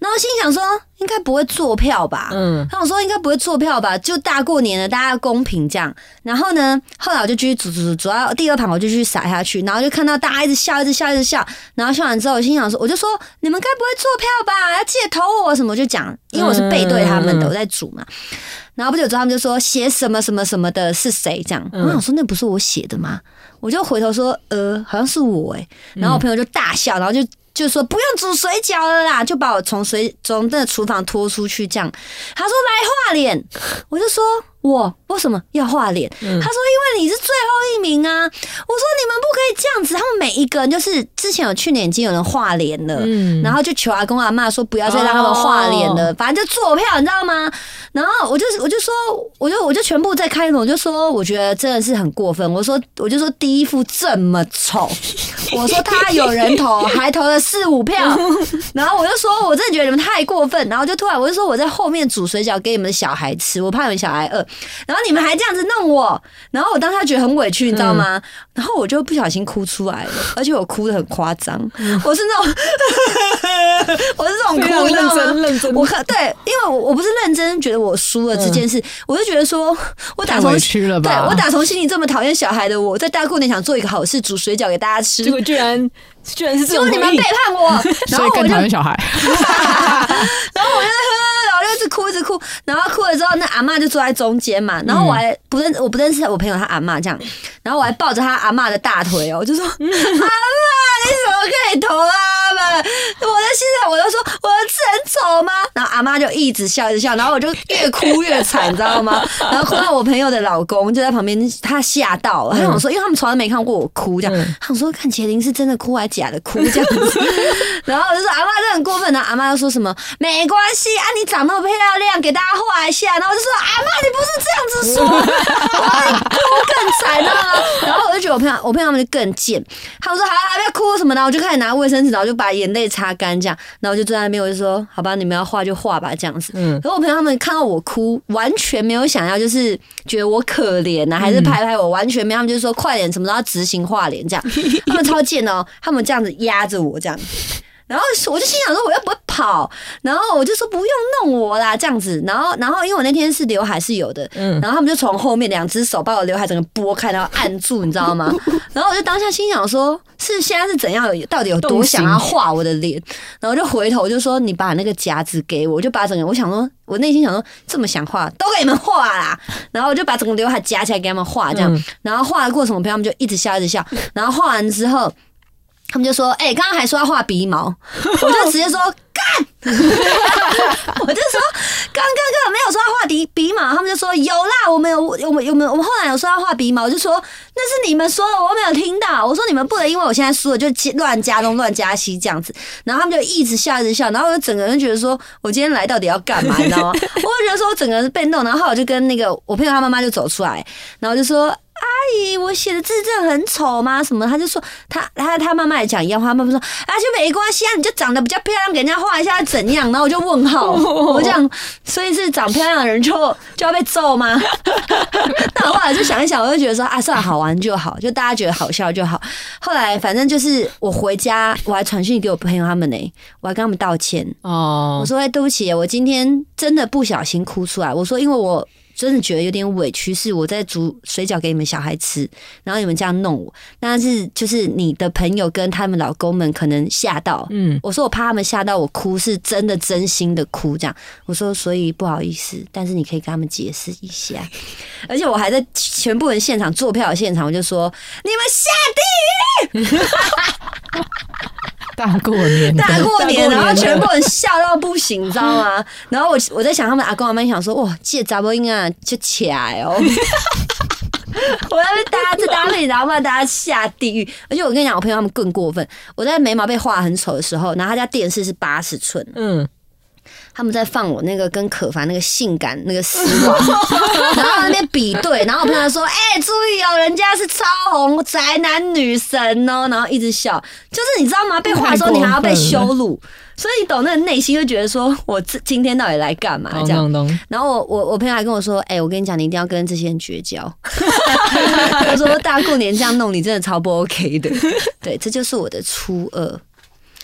Speaker 1: 然后心想说，应该不会做票吧？
Speaker 2: 嗯
Speaker 1: 他想说应该不会做票吧，就大过年的，大家公平这样。然后呢，后来我就继续煮煮煮，煮到第二盘我就去撒下去，然后就看到大家一直笑，一直笑，一直笑。然后笑完之后，我心想说，我就说你们该不会做票吧？要记得投我什么？我就讲，因为我是背对他们的，
Speaker 2: 嗯
Speaker 1: 我在煮嘛。然后不久之后，他们就说写什么什么什么的是谁这样。
Speaker 2: 嗯
Speaker 1: 我想说那不是我写的吗？我就回头说，呃，好像是我哎、然后我朋友就大笑，然后就就说不用煮水饺了啦，就把我从水从那个厨房拖出去这样。他说来画脸， 我就说我为什么要画脸？他说因为你是最后一名啊。我说你们不可以这样子，他们每一个人就是之前有去年已经有人画脸了，
Speaker 2: 嗯，
Speaker 1: 然后就求阿公阿妈说不要再让他们画脸了，反正就坐票，你知道吗？然后我就我就说，我就我就全部在开头我就说，我觉得真的是很过分。我说我就说第一幅这么丑，我说他有人投，还投了四五票，然后我就说我真的觉得你们太过分，然后就突然我就说我在后面煮水饺给你们的小孩吃，我怕你们小孩饿，然后你们还这样子弄我，然后我当下觉得很委屈，你知道
Speaker 2: 嗯
Speaker 1: 吗？然后我就不小心哭出来了，而且我哭的很夸张，
Speaker 2: 嗯
Speaker 1: 我是那种 我是这种
Speaker 2: 非常
Speaker 1: 哭，你知道
Speaker 2: 认
Speaker 1: 吗
Speaker 2: 真？认真，
Speaker 1: 我很对，因为我我不是认真觉得我输了这件
Speaker 2: 嗯
Speaker 1: 事，我就觉得说，我打
Speaker 3: 太
Speaker 1: 从
Speaker 3: 委屈了
Speaker 1: 对
Speaker 3: 吧？
Speaker 1: 我打从心里这么讨厌小孩的我，在大过年想做一个好事，煮水饺给大家吃，
Speaker 2: 结
Speaker 1: 结
Speaker 2: 果居然居然是这种
Speaker 1: 果你们
Speaker 2: 回
Speaker 1: 背
Speaker 2: 应，
Speaker 1: 叛 我，然
Speaker 3: 所
Speaker 1: 后
Speaker 3: 以
Speaker 1: 我
Speaker 3: 更
Speaker 1: 就
Speaker 3: 讨厌小孩。
Speaker 1: 然后就一直哭一直哭，然后哭了之后，那阿嬷就坐在中间嘛，然后我还不认我不认识我朋友他阿嬷这样，然后我还抱着他阿嬷的大腿哦，我就说阿嬷你怎么可以投阿嬷？我在心上我就说我的字很丑吗？然后阿嬷就一直笑一直笑，然后我就越哭越惨，你知道吗？ 然后哭到我朋友的老公就在旁边，他吓到了，他想说，因为他们从来没看过我哭这样，他想说看杰林是真的哭还是假的哭这样子。 然后我就说阿妈这很过分啊然后阿妈又说什么没关系啊，你长那么漂亮，给大家画一下。然后我就说阿妈，你不是这样子说，我要哭更惨，你知道吗？然后我就觉得我朋友，我朋友他们就更贱，他们说好啊，不要哭什么的，我就开始拿卫生纸，然后就把眼泪擦干这样。然后我就坐在那边，我就说好吧，你们要画就画吧，这样子。
Speaker 2: 嗯
Speaker 1: 然后我朋友他们看到我哭，完全没有想要就是觉得我可怜呐、还是拍拍我，完全没有。他们就说快点，什么都要执行画脸这样，他们超贱哦，他们这样子压着我这样。然后我就心想说，我又不会跑，然后我就说不用弄我啦，这样子。然后，然后因为我那天是刘海是有的，然后他们就从后面两只手把我刘海整个拨开，然后按住，你知道吗？然后我就当下心想说，是现在是怎样，有到底有多想要画我的脸？然后就回头就说，你把那个夹子给我，我就把整个我想说，我内心想说这么想画都给你们画啦。然后我就把整个刘海夹起来给他们画，这样。然后画的过程，我朋友们就一直笑一直笑。然后画完之后。他们就说：“哎、刚刚还说要画鼻毛，我就直接说干， 我就说刚刚根本没有说要画鼻鼻毛，他们就说有啦，我们有我们有没有我们后来有说要画鼻毛，我就说那是你们说的，我没有听到，我说你们不能因为我现在输了就加乱加东乱加西这样子，然后他们就一直笑一直笑，然后我就整个人觉得说我今天来到底要干嘛，你知道吗？我 就觉得说我整个人被弄，然后后来我就跟那个我朋友他妈妈就走出来，然后就说。阿姨，哎我写的字真的很丑吗？什么？他就说他他他妈妈也讲一样话，妈妈说啊，就没关系啊，你就长得比较漂亮，给人家画一下怎样？然后我就问号，我讲，所以是长漂亮的人就就要被揍 吗？但我后来就想一想，我就觉得说啊，算了，好玩就好，就大家觉得好笑就好。后来反正就是我回家，我还传讯给我朋友他们呢、我还跟他们道歉，我
Speaker 2: 哦，
Speaker 1: 说：“哎、对不起，我今天真的不小心哭出来。”我说：“因为我真的觉得有点委屈，是我在煮水饺给你们小孩吃，然后你们这样弄我。但是就是你的朋友跟他们老公们可能吓到。”
Speaker 2: 嗯，
Speaker 1: 我说我怕他们吓到我哭，是真的真心的哭这样。我说所以不好意思，但是你可以跟他们解释一下。 而且我还在全部人现场坐票的现场，我就说你们下
Speaker 3: 大过年的，
Speaker 1: 大过年，
Speaker 2: 大过年
Speaker 1: 然后全部人笑到不行，你知道吗？ 然后我我在想他们阿公阿妈想说，哇，这杂波音啊就起来哦。 我在被搭这搭配，然后把大家下地狱。而且我跟你讲，我朋友他们更过分。我在眉毛被画很丑的时候，然后他家电视是八十寸，
Speaker 2: 嗯，
Speaker 1: 他们在放我那个跟可凡那个性感那个丝袜，然后在那边比对，然后我朋友说：“哎、注意哦，人家是超红宅男女神哦。”然后一直笑，就是你知道吗？被画的时候你还要被羞辱，所以你懂那个内心就觉得说我这今天到底来干嘛
Speaker 2: 咚
Speaker 1: 这样。
Speaker 2: 咚咚，
Speaker 1: 然后我我我朋友还跟我说：“哎、我跟你讲，你一定要跟这些人绝交。”他说：“大过年这样弄你真的超不 OK 的。”对，这就是我的初二。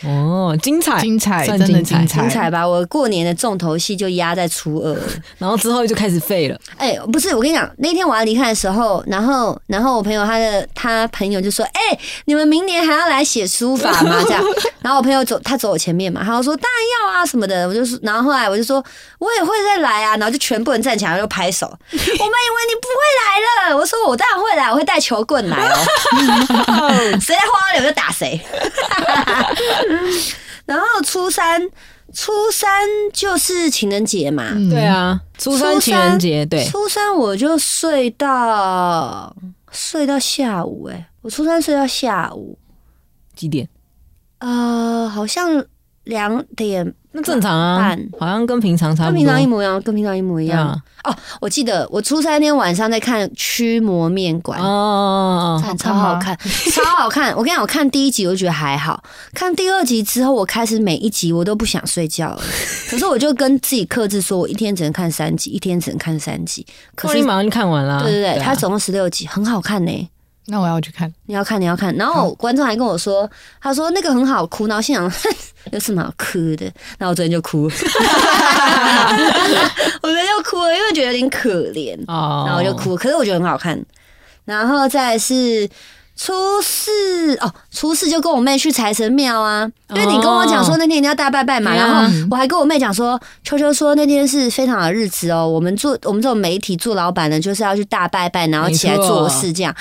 Speaker 2: 哦，精彩，
Speaker 3: 精彩，
Speaker 2: 算
Speaker 3: 真的
Speaker 2: 精彩
Speaker 3: 精
Speaker 1: 精
Speaker 3: 彩。
Speaker 1: 彩吧？我过年的重头戏就压在初二了。
Speaker 2: 然后之后就开始废了，
Speaker 1: 哎、不是，我跟你讲，那天我要离开的时候，然后，然后我朋友他的他朋友就说：“哎、你们明年还要来写书法吗？” 这样，然后我朋友走，他走我前面嘛，他就说：“当然要啊，什么的。”我就说，然后后来我就说：“我也会再来啊。”然后就全部人站起来就拍 手，我们以为你不会来了，我说我当然会来，我会带球棍来哦， 谁在花莲我就打谁。 然后初三，初三就是情人节嘛，
Speaker 3: 嗯
Speaker 2: 对，啊，初三
Speaker 1: 初三
Speaker 2: 情人节，对，
Speaker 1: 初三我就睡到睡到下午、欸，我初三睡到下午，
Speaker 2: 几点？
Speaker 1: 呃，好像两点
Speaker 2: 那正常啊
Speaker 1: 饭，
Speaker 2: 好像跟平常差
Speaker 1: 跟
Speaker 2: 不多。嗯
Speaker 1: 平常一模一样，跟平常一模一样。我记得我初三那天晚上在看《驱魔面
Speaker 2: 对
Speaker 1: 馆
Speaker 2: 啊，》，哦，
Speaker 1: 看超好看， 超好看！我跟你讲，我看第一集我就觉得还好，看第二集之后，我开始每一集我都不想睡觉 了。可是我就跟自己克制说，我一天只能看三集，一天只能看三集。可是
Speaker 2: 可是你马上就看完了。
Speaker 1: 对对对，
Speaker 2: 啊
Speaker 1: 它总共十六集，很好看呢、欸
Speaker 3: 那我要去看。
Speaker 1: 你要看，你要看。然后观众还跟我说，他说那个很好哭，然后心想 有什么好哭的？然后我昨天就哭了， 我昨天就哭了，因为觉得有点可怜，
Speaker 2: 哦，
Speaker 1: 然后我就。哭。可是我觉得很好看。然后再来是初四哦，初四就跟我妹去财神庙啊，因为你跟我讲说
Speaker 2: 哦
Speaker 1: 那天一定要大拜拜嘛，
Speaker 2: 对啊
Speaker 1: 然后我还跟我妹讲说，秋秋说那天是非常好的日子哦，我们做我们这种媒体做老板的，就是要去大拜拜，然后起来
Speaker 2: 没错
Speaker 1: 做事这样。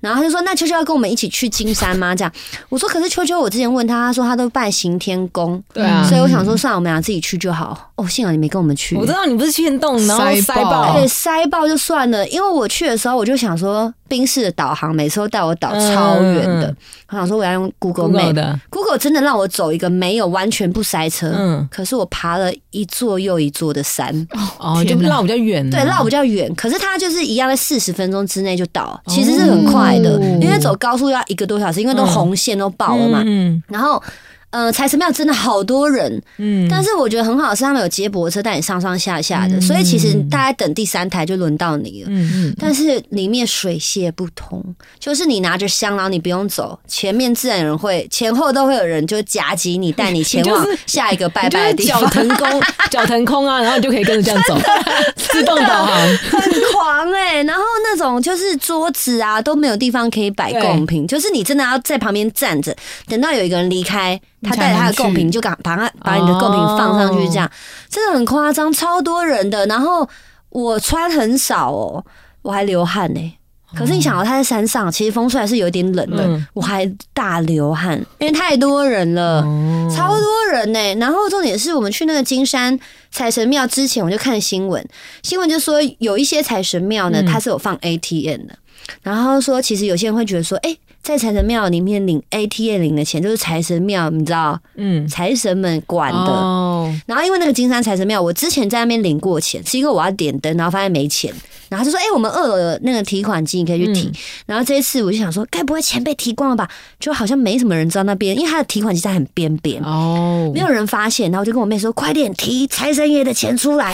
Speaker 1: 然后他就说，那秋秋要跟我们一起去金山吗？这样，我说可是秋秋，我之前问他，他说他都拜行天宫，
Speaker 2: 对啊
Speaker 1: 所以我想说，算了，我们俩自己去就好。哦，幸好你没跟我们去，
Speaker 2: 我知道你不是去运动，然后
Speaker 3: 塞
Speaker 2: 塞
Speaker 3: 爆
Speaker 2: 爆
Speaker 1: 对，哎塞爆就算了，因为我去的时候我就想说，宾士的导航每次都带我导超远的，
Speaker 2: 嗯
Speaker 1: 我想说我要用 Google
Speaker 2: Google
Speaker 1: Map，Google
Speaker 2: 的，
Speaker 1: 真的让我走一个没有完全不塞车，
Speaker 2: 嗯，
Speaker 1: 可是我爬了一座又一座的山，
Speaker 2: 哦，就
Speaker 3: 天哪
Speaker 2: 绕比较远啊，
Speaker 1: 对，绕比较远，可是它就是一样在四十分钟之内就到，其实是很快的，
Speaker 3: 哦
Speaker 1: 因为走高速要一个多小时，因为都
Speaker 2: 嗯
Speaker 1: 红线都爆了嘛，
Speaker 2: 嗯
Speaker 1: 然后。呃，财神庙真的好多人，
Speaker 2: 嗯，
Speaker 1: 但
Speaker 2: 是
Speaker 1: 是我觉得很好，是他们有接驳车带你上上下下的，所以其实大概等第三台就轮到你了。
Speaker 2: 嗯
Speaker 1: 但是里面水泄不通，就是你拿着香，然后你不用走，前面自然有人会，前后都会有人就夹击你，带你前往
Speaker 2: 你就是
Speaker 1: 下一个拜
Speaker 2: 你就
Speaker 1: 拜
Speaker 2: 是
Speaker 1: 的地
Speaker 2: 脚
Speaker 1: 方。
Speaker 2: 腾空，脚腾空啊，然后你就可以跟着这样 走，自动导航，
Speaker 1: 很狂哎、 然后那种就是桌子啊都没有地方可以摆
Speaker 2: 对
Speaker 1: 贡品，就是你真的要在旁边站着，等到有一个人离开，他
Speaker 3: 你才
Speaker 1: 带着他的
Speaker 3: 能去
Speaker 1: 贡品，你就赶把他把你的贡品放上去，这样、哦真的很夸张，超多人的。然后我穿很少哦，我还流汗呢、可是你想哦，他在山上，其实风虽然是有点冷的，
Speaker 2: 嗯
Speaker 1: 我还大流汗，因为太多人了。
Speaker 2: 哦
Speaker 1: 超多人呢、欸然后重点是我们去那个金山财神庙之前，我就看新闻，新闻就说有一些财神庙呢，
Speaker 2: 嗯
Speaker 1: 它是有放 ATM 的，然后说其实有些人会觉得说，哎、在财神庙里面领 ATM 领的钱，就是财神庙，你知道
Speaker 2: 嗯，
Speaker 1: 财神们管的。
Speaker 2: 哦
Speaker 1: 然后因为那个金山财神庙，我之前在那边领过钱，是因为我要点灯，然后发现没钱，然后他就说：“哎、我们二楼有那个提款机，你可以去
Speaker 2: 嗯
Speaker 1: 提。然后这一次我就想说，该不会钱被提光了吧？就好像没什么人知道那边，因为他的提款机在很边边。
Speaker 2: 哦，
Speaker 1: 没有人发现，然后我就跟我妹说：“快点提财神爷的钱出 来。”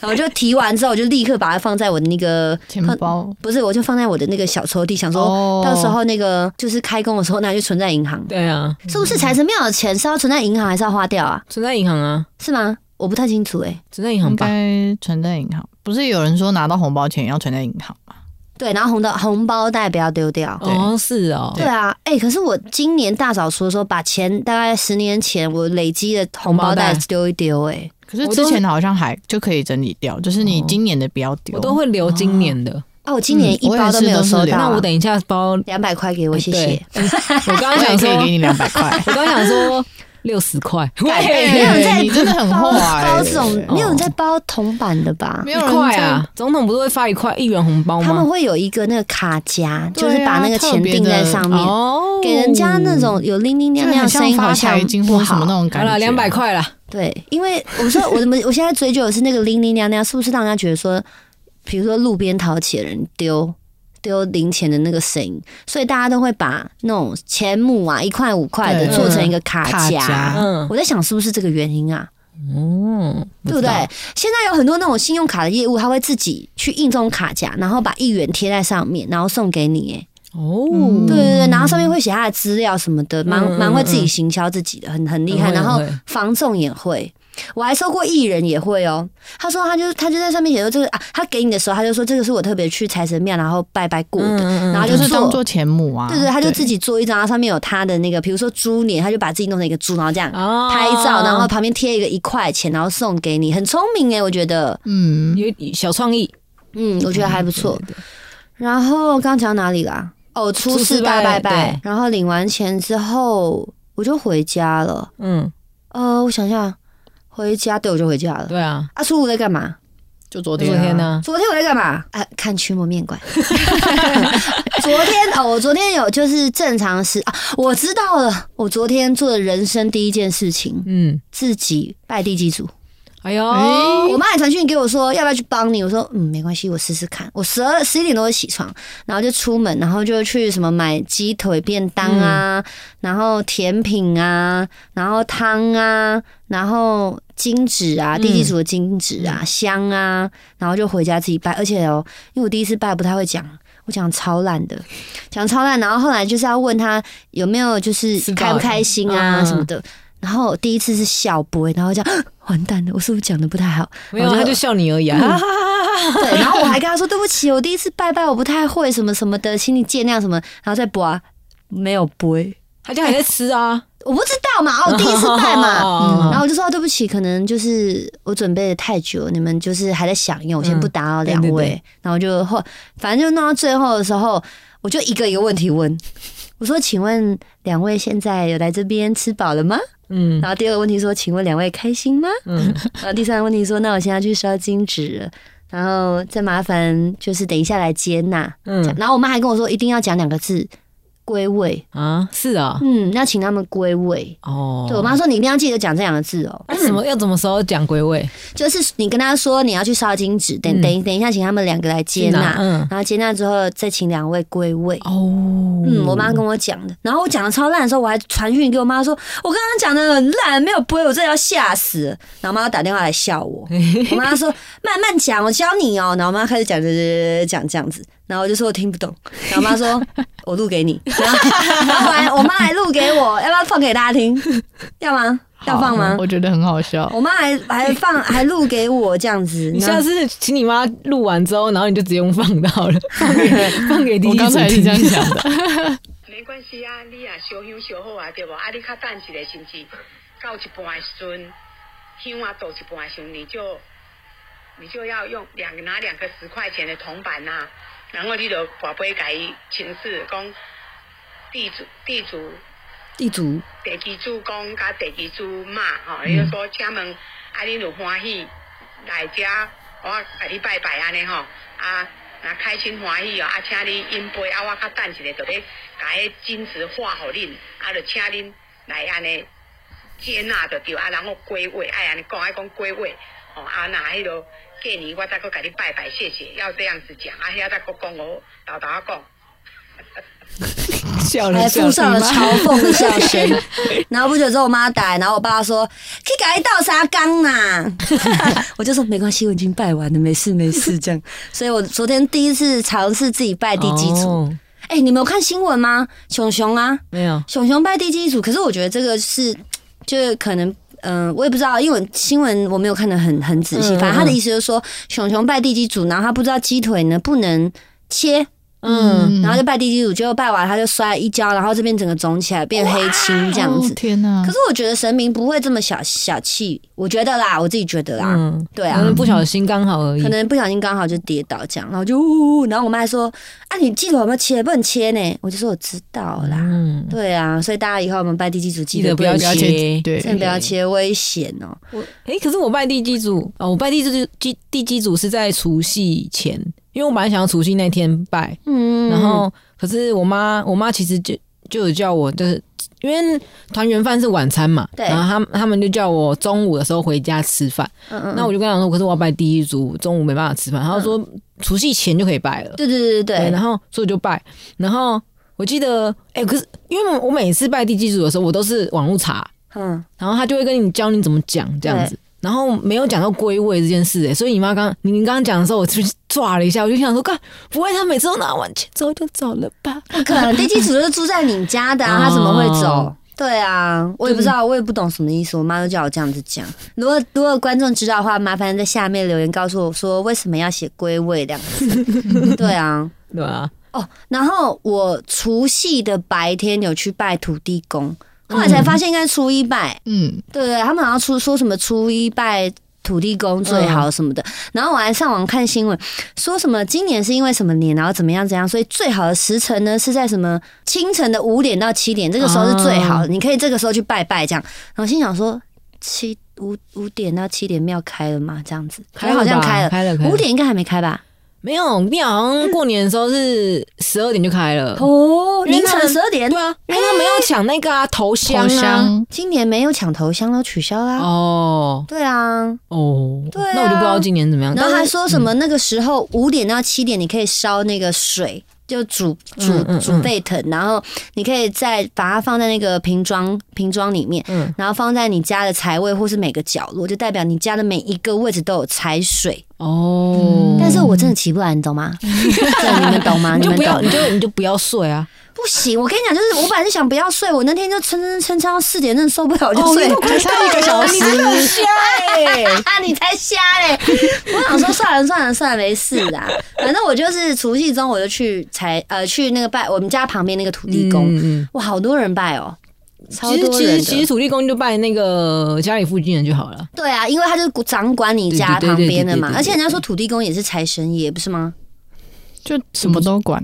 Speaker 1: 然后我就提完之后，我就立刻把它放在我的那个
Speaker 3: 钱包
Speaker 1: 不是，我就放在我的那个小抽屉，想说
Speaker 3: 哦
Speaker 1: 到时候那个就是开工的时候拿去存在银行。
Speaker 2: 对啊，
Speaker 1: 是不是财神庙的钱是要存在银行还是要花掉啊？
Speaker 2: 存在银行啊，
Speaker 1: 是吗？我不太清楚哎、
Speaker 2: 存在银行
Speaker 3: 应
Speaker 2: 吧，
Speaker 3: 该存在银行，不是有人说拿到红包钱也要存在银行吗？
Speaker 1: 对，然后红的红包袋不要丢掉。
Speaker 3: 对
Speaker 2: 哦，是哦，
Speaker 1: 对啊，哎、可是我今年大扫除的时候，把钱大概十年前我累积的红包袋
Speaker 2: 红包袋
Speaker 1: 丢一丢、哎，
Speaker 3: 可是
Speaker 2: 我都
Speaker 3: 之前好像还就可以整理掉，就是你今年的不要丢。
Speaker 2: 我都会留今年的。
Speaker 1: 啊，我今年
Speaker 3: 嗯
Speaker 1: 一
Speaker 3: 我也
Speaker 1: 包都
Speaker 3: 是
Speaker 1: 没有
Speaker 3: 都是
Speaker 1: 收
Speaker 3: 留
Speaker 1: 到啊、
Speaker 2: 那我等一下包，我
Speaker 1: 两百块给我，谢谢。
Speaker 2: 对 刚刚
Speaker 3: 我也
Speaker 2: 想说，
Speaker 3: 可以给
Speaker 2: 我
Speaker 3: 你两百块。
Speaker 2: 刚刚想说六十 块，
Speaker 1: 哎
Speaker 3: 哎
Speaker 1: 没有人在
Speaker 3: 你真的很
Speaker 1: 包
Speaker 3: 坏、
Speaker 1: 包这种没有人在
Speaker 3: 哎哦，
Speaker 1: 包铜板的吧？
Speaker 3: 没
Speaker 2: 一
Speaker 3: 有人
Speaker 2: 块
Speaker 3: 在
Speaker 2: 啊！总统不是会发一块一元红包
Speaker 1: 他们
Speaker 2: 吗？
Speaker 1: 会有一个那个卡夹，
Speaker 3: 对
Speaker 1: 就
Speaker 3: 啊
Speaker 1: 是把那个钱定在上面，
Speaker 2: 哦
Speaker 1: 给人家那种啊有铃铃
Speaker 3: 就
Speaker 1: 亮
Speaker 3: 很
Speaker 1: 亮声
Speaker 3: 像
Speaker 1: 音，好
Speaker 3: 发财
Speaker 1: 像
Speaker 3: 金
Speaker 1: 不
Speaker 3: 或什么
Speaker 1: 好
Speaker 3: 那。种
Speaker 2: 好
Speaker 3: 感觉。
Speaker 2: 了，两百块啦。
Speaker 1: 对，因为我说我怎么我现在追究的是那个铃铃亮亮，是不是让人家觉得说，比如说路边淘气的人丢丢零钱的那个声音，所以大家都会把那种钱母啊一块五块的
Speaker 3: 对嗯
Speaker 1: 做成一个卡
Speaker 3: 卡夹
Speaker 1: 夹。
Speaker 2: 嗯，
Speaker 1: 我在想是不是这个原因啊？
Speaker 2: 哦，
Speaker 1: 对不对？现在有很多那种信用卡的业务，他会自己去印这种卡夹，然后把一元贴在上面，然后送给你。哎，
Speaker 2: 哦，
Speaker 1: 对对对，然后上面会写他的资料什么的，蛮
Speaker 2: 嗯嗯
Speaker 1: 蛮会
Speaker 2: 嗯
Speaker 1: 自己行销自己的，很很厉害。
Speaker 2: 很会
Speaker 1: 然后
Speaker 2: 很会
Speaker 1: 房仲也会。我还收过艺人也会哦，他说他就他就在上面写说这个啊，他给你的时候他就说这个是我特别去财神庙然后拜拜过的，
Speaker 2: 嗯
Speaker 1: 然后
Speaker 3: 就
Speaker 1: 就是做
Speaker 3: 当做钱母啊。
Speaker 1: 对对，他就自己做一张，然后上面有他的那个，比如说猪脸，他就把自己弄成一个猪，然后这样
Speaker 2: 哦
Speaker 1: 拍照，然后旁边贴一个一块钱，然后送给你，很聪明哎、我觉得，
Speaker 3: 嗯，
Speaker 2: 有一小创意，
Speaker 1: 嗯，我觉得还不错。
Speaker 2: 对对对
Speaker 1: 然后刚讲到哪里啦？哦，初
Speaker 2: 初
Speaker 1: 四
Speaker 2: 四
Speaker 1: 大拜
Speaker 2: 拜
Speaker 1: 拜
Speaker 2: 对，
Speaker 1: 然后领完钱之后我就回家了。
Speaker 2: 嗯，
Speaker 1: 呃，我想一下，回家对，我就回家了。
Speaker 2: 对啊，
Speaker 1: 啊，初五在干嘛？
Speaker 3: 就昨
Speaker 2: 昨
Speaker 3: 天、
Speaker 2: 天？呢、
Speaker 1: 昨天我在干嘛？啊，看驱魔面馆。 昨天哦，我昨天有就是正常时啊，我知道了。我昨天做的人生第一件事情，
Speaker 2: 嗯，
Speaker 1: 自己拜地基主。
Speaker 2: 哎呦，
Speaker 1: 我妈也传讯给我说要不要去帮你，我说嗯没关系，我试试看。我十二十一点多就起床，然后就出门，然后就去什么买鸡腿便当啊，然后甜品啊，然后汤啊，然后金纸啊，地基组的金纸啊、香啊，然后就回家自己拜。而且哦，因为我第一次拜不太会讲。我讲超烂的，讲超烂，然后后来就是要问他有没有就是
Speaker 2: 是吧
Speaker 1: 开不开心啊
Speaker 2: 嗯
Speaker 1: 什么的，然后我第一次是笑不会，然后讲啊完蛋了，我是不是讲的不太好？嗯
Speaker 2: 没有，
Speaker 1: 我就
Speaker 2: 他就笑你而已啊。
Speaker 1: 对，然后我还跟他说对不起，我第一次拜拜，我不太会什么什么的，请你见谅什么，然后再播啊，没有播，
Speaker 2: 他就还在吃啊，嗯
Speaker 1: 我不知道嘛， 哦，第一次拜嘛。
Speaker 2: 嘛
Speaker 1: 然后我就说、啊对不起，可能就是我准备的太久，你们就是还在响应，我先不打扰两
Speaker 2: 嗯对
Speaker 1: 位。
Speaker 2: 对
Speaker 1: 然后就后，反正就弄到最后的时候，我就一个一个问题问，我说：“请问两位现在有来这边吃饱了吗？”
Speaker 2: 嗯
Speaker 1: 然后第二个问题说：“请问两位开心吗？”
Speaker 2: 嗯，
Speaker 1: 然后第三个问题说，那我现在去烧金纸了，然后再麻烦就是等一下来接纳。
Speaker 2: 嗯
Speaker 1: 然后我妈还跟我说，一定要讲两个字，归位。
Speaker 2: 啊，是啊，
Speaker 1: 嗯，要请他们归位。
Speaker 2: 哦，嗯
Speaker 1: 对我妈说，你一定要记得讲这两个字哦，
Speaker 2: 那什么要怎么时候讲归位？
Speaker 1: 就是你跟她说你要去烧金纸，等
Speaker 2: 嗯
Speaker 1: 等等一下，请他们两个来接纳，
Speaker 2: 嗯，
Speaker 1: 然后接纳之后再请两位归位。
Speaker 2: 哦，
Speaker 1: 嗯，我妈跟我讲的，然后我讲的超烂的时候，我还传讯给我妈说，我刚刚讲的很烂，没有播，我真的要吓死了。然后妈打电话来笑我，我妈说慢慢讲，我教你哦。然后我妈开始讲讲讲讲这样子，然后我就说我听不懂，然后我妈说我录给你，然后然后后来我妈还录给我，要不要放给大家听？要吗？要放吗？
Speaker 3: 我觉得很好笑。
Speaker 1: 我妈还还放还录给我这样子，
Speaker 2: 你
Speaker 1: 然后
Speaker 2: 下次请你妈录完之后，然后你就直接用放的好 了，放给放给弟
Speaker 3: 我
Speaker 2: 弟
Speaker 3: 刚才也是这样想的，
Speaker 4: 没关系啊，你啊烧香烧好啊，对无？啊，你较等一下，甚至到一半的时阵，香啊倒一半的时阵，你就你就要用两拿两个十块钱的铜板呐、然后你就把杯给伊请示讲地主地主
Speaker 1: 地主
Speaker 4: 地基主公甲地基主妈吼，伊、就说请问啊，恁有欢喜来遮，我甲你拜拜安尼吼，啊，若开心欢喜哦，啊，请你饮杯，啊，我较等一下，就要甲迄金子画互恁，啊，就请恁来安尼接纳着对，啊，然后归位，爱安尼讲，爱讲归位，哦，啊，若迄落过年我再搁甲你拜拜，谢谢，要这样子讲，啊，遐再搁讲我豆豆仔讲。
Speaker 2: 笑
Speaker 1: 还
Speaker 2: 了笑
Speaker 1: 附
Speaker 2: 了，
Speaker 1: 上了
Speaker 2: 你妈
Speaker 1: 嘲讽的笑声。然后不久之后，我妈打来，然后我爸说：“去改倒沙缸呐。” 我就说：“没关系，我已经拜完了，没事没事。”这样，所以我昨天第一次尝试自己拜地基组。
Speaker 2: 哦
Speaker 1: 哎、你们有看新闻吗？熊熊啊，
Speaker 2: 没有，
Speaker 1: 熊熊拜地基组。可是我觉得这个是，就是可能。嗯、我也不知道，因为我新闻我没有看得很很仔细。
Speaker 2: 嗯
Speaker 1: 反正他的
Speaker 2: 嗯
Speaker 1: 意思就是说，熊熊拜地基组，然后他不知道鸡腿呢不能切，
Speaker 2: 嗯，
Speaker 1: 然后就拜地基主，结果拜完他就摔了一跤，然后这边整个肿起来变黑青这样
Speaker 3: 哦
Speaker 1: 子。
Speaker 3: 天哪
Speaker 1: 可！是我觉得神明不会这么小小气，我觉得啦，我自己觉得啦，
Speaker 2: 嗯，
Speaker 1: 对
Speaker 2: 可
Speaker 1: 啊，
Speaker 2: 能不小心刚好而已
Speaker 1: 可，能不小心刚好就跌倒这样，然后就呜呜，呜，然后我妈还说啊，你鸡腿有没有切？不能切呢，我就说我知道啦，
Speaker 2: 嗯，
Speaker 1: 对啊，所以大家以后我们拜地基主记
Speaker 2: 记得
Speaker 1: 得
Speaker 2: 不
Speaker 1: 不
Speaker 2: 要
Speaker 1: 要
Speaker 3: 不
Speaker 1: 切
Speaker 3: 要
Speaker 2: 切
Speaker 3: 切，
Speaker 1: 真的
Speaker 3: 对，
Speaker 1: 不要切，危险哦。
Speaker 2: 我哎、可是我拜地基组啊、哦我拜地基基地基组是在除夕前，因为我本来想要除夕那天拜，
Speaker 1: 嗯，
Speaker 2: 然后可是我妈我妈其实就就有叫我，就是因为团圆饭是晚餐嘛，
Speaker 1: 对
Speaker 2: 然后他们他们就叫我中午的时候回家吃饭，
Speaker 1: 嗯嗯，
Speaker 2: 那我就跟他说，可是我要拜第一组，中午没办法吃饭，他说、除夕前就可以拜了，
Speaker 1: 对对对对
Speaker 2: 然
Speaker 1: 对，
Speaker 2: 后所以我就拜，然后我记得哎、可是因为我每次拜地基组的时候，我都是网络查，
Speaker 1: 嗯，
Speaker 2: 然后他就会跟你教你怎么讲这样子。然后没有讲到归位这件事、欸，所以你妈刚你你刚刚讲的时候，我就是抓了一下，我就想说，干不会他每次都拿完钱之后就走了吧？
Speaker 1: 不可能，地基主就是住在你家的、啊，他怎么会走
Speaker 2: 哦？
Speaker 1: 对啊，我也不知道，我也不懂什么意思。我妈都叫我这样子讲。如果如果观众知道的话，麻烦在下面留言告诉我说为什么要写“归位”两个字。 对啊，
Speaker 2: 对啊，
Speaker 1: 哦，然后我除夕的白天有去拜土地公，后来才发现应该初一拜，
Speaker 3: 嗯，
Speaker 1: 对对，他们好像出说什么初一拜土地公最好什么的，然后我还上网看新闻，说什么今年是因为什么年，然后怎么样怎样，所以最好的时辰呢是在什么清晨的
Speaker 2: 哦
Speaker 1: 五点到七点，这个时候是最好的，你可以这个时候去拜拜这样。然后心想说七五五点到七点庙开了吗？这样子，
Speaker 2: 开了吧
Speaker 1: 好像开了，
Speaker 2: 开了开了
Speaker 1: 五点应该还没开吧？
Speaker 2: 没有，你好像过年的时候是十二点就开了，
Speaker 1: 哦，
Speaker 2: 因为
Speaker 1: 凌
Speaker 2: 他们
Speaker 1: 晨十二点
Speaker 2: 对。啊，因为他们要抢那个啊头香
Speaker 3: 头
Speaker 2: 啊，
Speaker 3: 香
Speaker 1: 今年没有抢头香，都取消啦、
Speaker 2: 哦
Speaker 1: 对啊，
Speaker 2: 哦，
Speaker 1: 对啊
Speaker 2: 那我就不知道今年怎么样，
Speaker 1: 然
Speaker 2: 但
Speaker 1: 后还
Speaker 2: 是
Speaker 1: 说什么那个时候五点到七点你可以烧那个水，就煮煮
Speaker 2: 嗯嗯
Speaker 1: 煮沸腾，然后你可以再把它放在那个瓶装瓶装里面，
Speaker 2: 嗯
Speaker 1: 然后放在你家的财位或是每个角落，就代表你家的每一个位置都有财水。
Speaker 2: 哦，
Speaker 1: 但是我真的起不来，你懂 吗？真的你们懂吗？
Speaker 2: 你
Speaker 1: 你
Speaker 2: 就
Speaker 1: 们
Speaker 2: 不
Speaker 1: 懂
Speaker 2: 要，你就你就不要睡啊，
Speaker 1: 不行，我跟你讲，就是我本来是想不要睡，我那天就撑撑撑撑到四点，真的受不了，我
Speaker 2: 哦
Speaker 1: 就睡了。
Speaker 3: 还差一个小时，
Speaker 2: 欸
Speaker 1: 啊，你才瞎嘞！我想说算了算了算了，没事啦。反正我就是除夕中我就去才呃去那个拜我们家旁边那个土地公，
Speaker 2: 嗯嗯
Speaker 1: 哇，好多人拜哦，超
Speaker 2: 其实
Speaker 1: 多
Speaker 2: 其
Speaker 1: 人
Speaker 2: 实其实
Speaker 1: 的。
Speaker 2: 土地公就拜那个家里附近人就好了，
Speaker 1: 对啊，因为他就是掌管你家
Speaker 2: 对对对
Speaker 1: 旁边的
Speaker 2: 对
Speaker 1: 嘛
Speaker 2: 对，对
Speaker 1: 而且人家说土地公也是财神爷，不是吗？
Speaker 3: 就什么都管，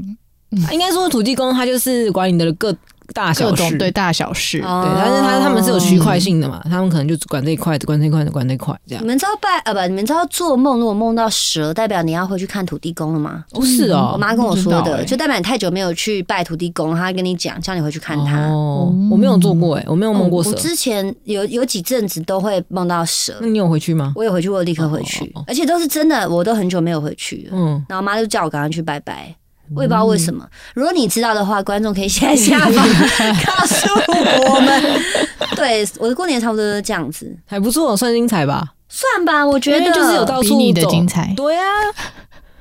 Speaker 1: 嗯
Speaker 2: 啊应该说土地公他就是管你的各大
Speaker 3: 各
Speaker 2: 小
Speaker 3: 种
Speaker 2: 事，
Speaker 3: 对大小事。
Speaker 1: 哦
Speaker 2: 对，但是他他们是有区块性的嘛，
Speaker 1: 嗯
Speaker 2: 他们可能就只管这一块，只管这一块，只管这一块这样
Speaker 1: 你。们知道拜呃不，你们知道做梦如果梦到蛇，代表你要回去看土地公了吗？
Speaker 2: 哦，是
Speaker 1: 我
Speaker 2: 哦，
Speaker 1: 妈跟我说
Speaker 3: 不知道
Speaker 1: 的，
Speaker 3: 欸
Speaker 1: 就代表你太久没有去拜土地公，她跟你讲，叫你回去看他。哦
Speaker 2: 哦，我没有做过哎，我没有梦过
Speaker 1: 我
Speaker 2: 蛇。
Speaker 1: 之前有有几阵子都会梦到蛇
Speaker 2: 那，你有回去吗？
Speaker 1: 我也回去，我有立刻回去，
Speaker 2: 哦哦哦
Speaker 1: 而且都是真的，我都很久没有回去了。
Speaker 2: 嗯，
Speaker 1: 然后妈就叫我赶快去拜拜，我也不知道为什么。如果你知道的话，观众可以写在下 方告诉我们。对，我的过年差不多就是这样子，
Speaker 2: 还不错，算精彩吧。
Speaker 1: 算吧，我觉
Speaker 2: 因
Speaker 1: 得
Speaker 2: 为就是有到
Speaker 3: 比
Speaker 2: 处
Speaker 3: 你的
Speaker 2: 走
Speaker 3: 精彩
Speaker 2: 对啊，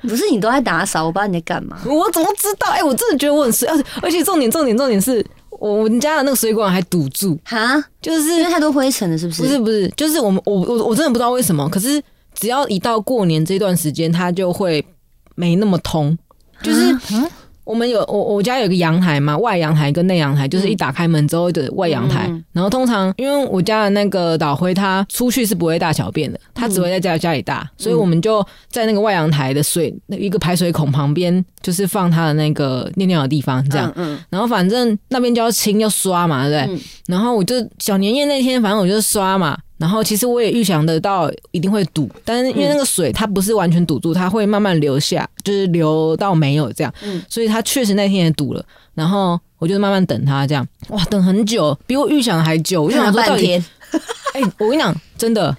Speaker 1: 不是你都在打扫，我不知道你在干嘛。
Speaker 2: 我怎么知道？哎，我真的觉得我很衰，而且而且重点重点重点是我我们家的那个水管还堵住，
Speaker 1: 哈，
Speaker 2: 就
Speaker 1: 因为
Speaker 2: 是
Speaker 1: 太多灰尘了，是不是？
Speaker 2: 不是不是，就是我们我我我真的不知道为什么，可是只要一到过年这段时间，它就会没那么通，就是。
Speaker 1: 啊
Speaker 3: 嗯，
Speaker 2: 我们有我我家有个阳台嘛，外阳台跟内阳台，就是一打开门之后的外阳台。
Speaker 1: 嗯
Speaker 2: 然后通常因为我家的那个导灰，他出去是不会大小便的，他只会在家家里大，所以我们就在那个外阳台的水那一个排水孔旁边，就是放他的那个尿尿的地方，这样。
Speaker 1: 嗯
Speaker 2: 然后反正那边就要清要刷嘛，对不对？
Speaker 1: 嗯
Speaker 2: 然后我就小年夜那天，反正我就刷嘛。然后其实我也预想得到一定会堵，但是因为那个水它不是完全堵住，它会慢慢流下，就是流到没有这样。
Speaker 1: 嗯
Speaker 2: 所以它确实那天也堵了。然后我就慢慢等它这样，哇，等很久，比我预想的还久。我
Speaker 1: 我
Speaker 2: 就想说到
Speaker 1: 半
Speaker 2: 底，
Speaker 1: 天，
Speaker 2: 哎、我跟你讲，真的，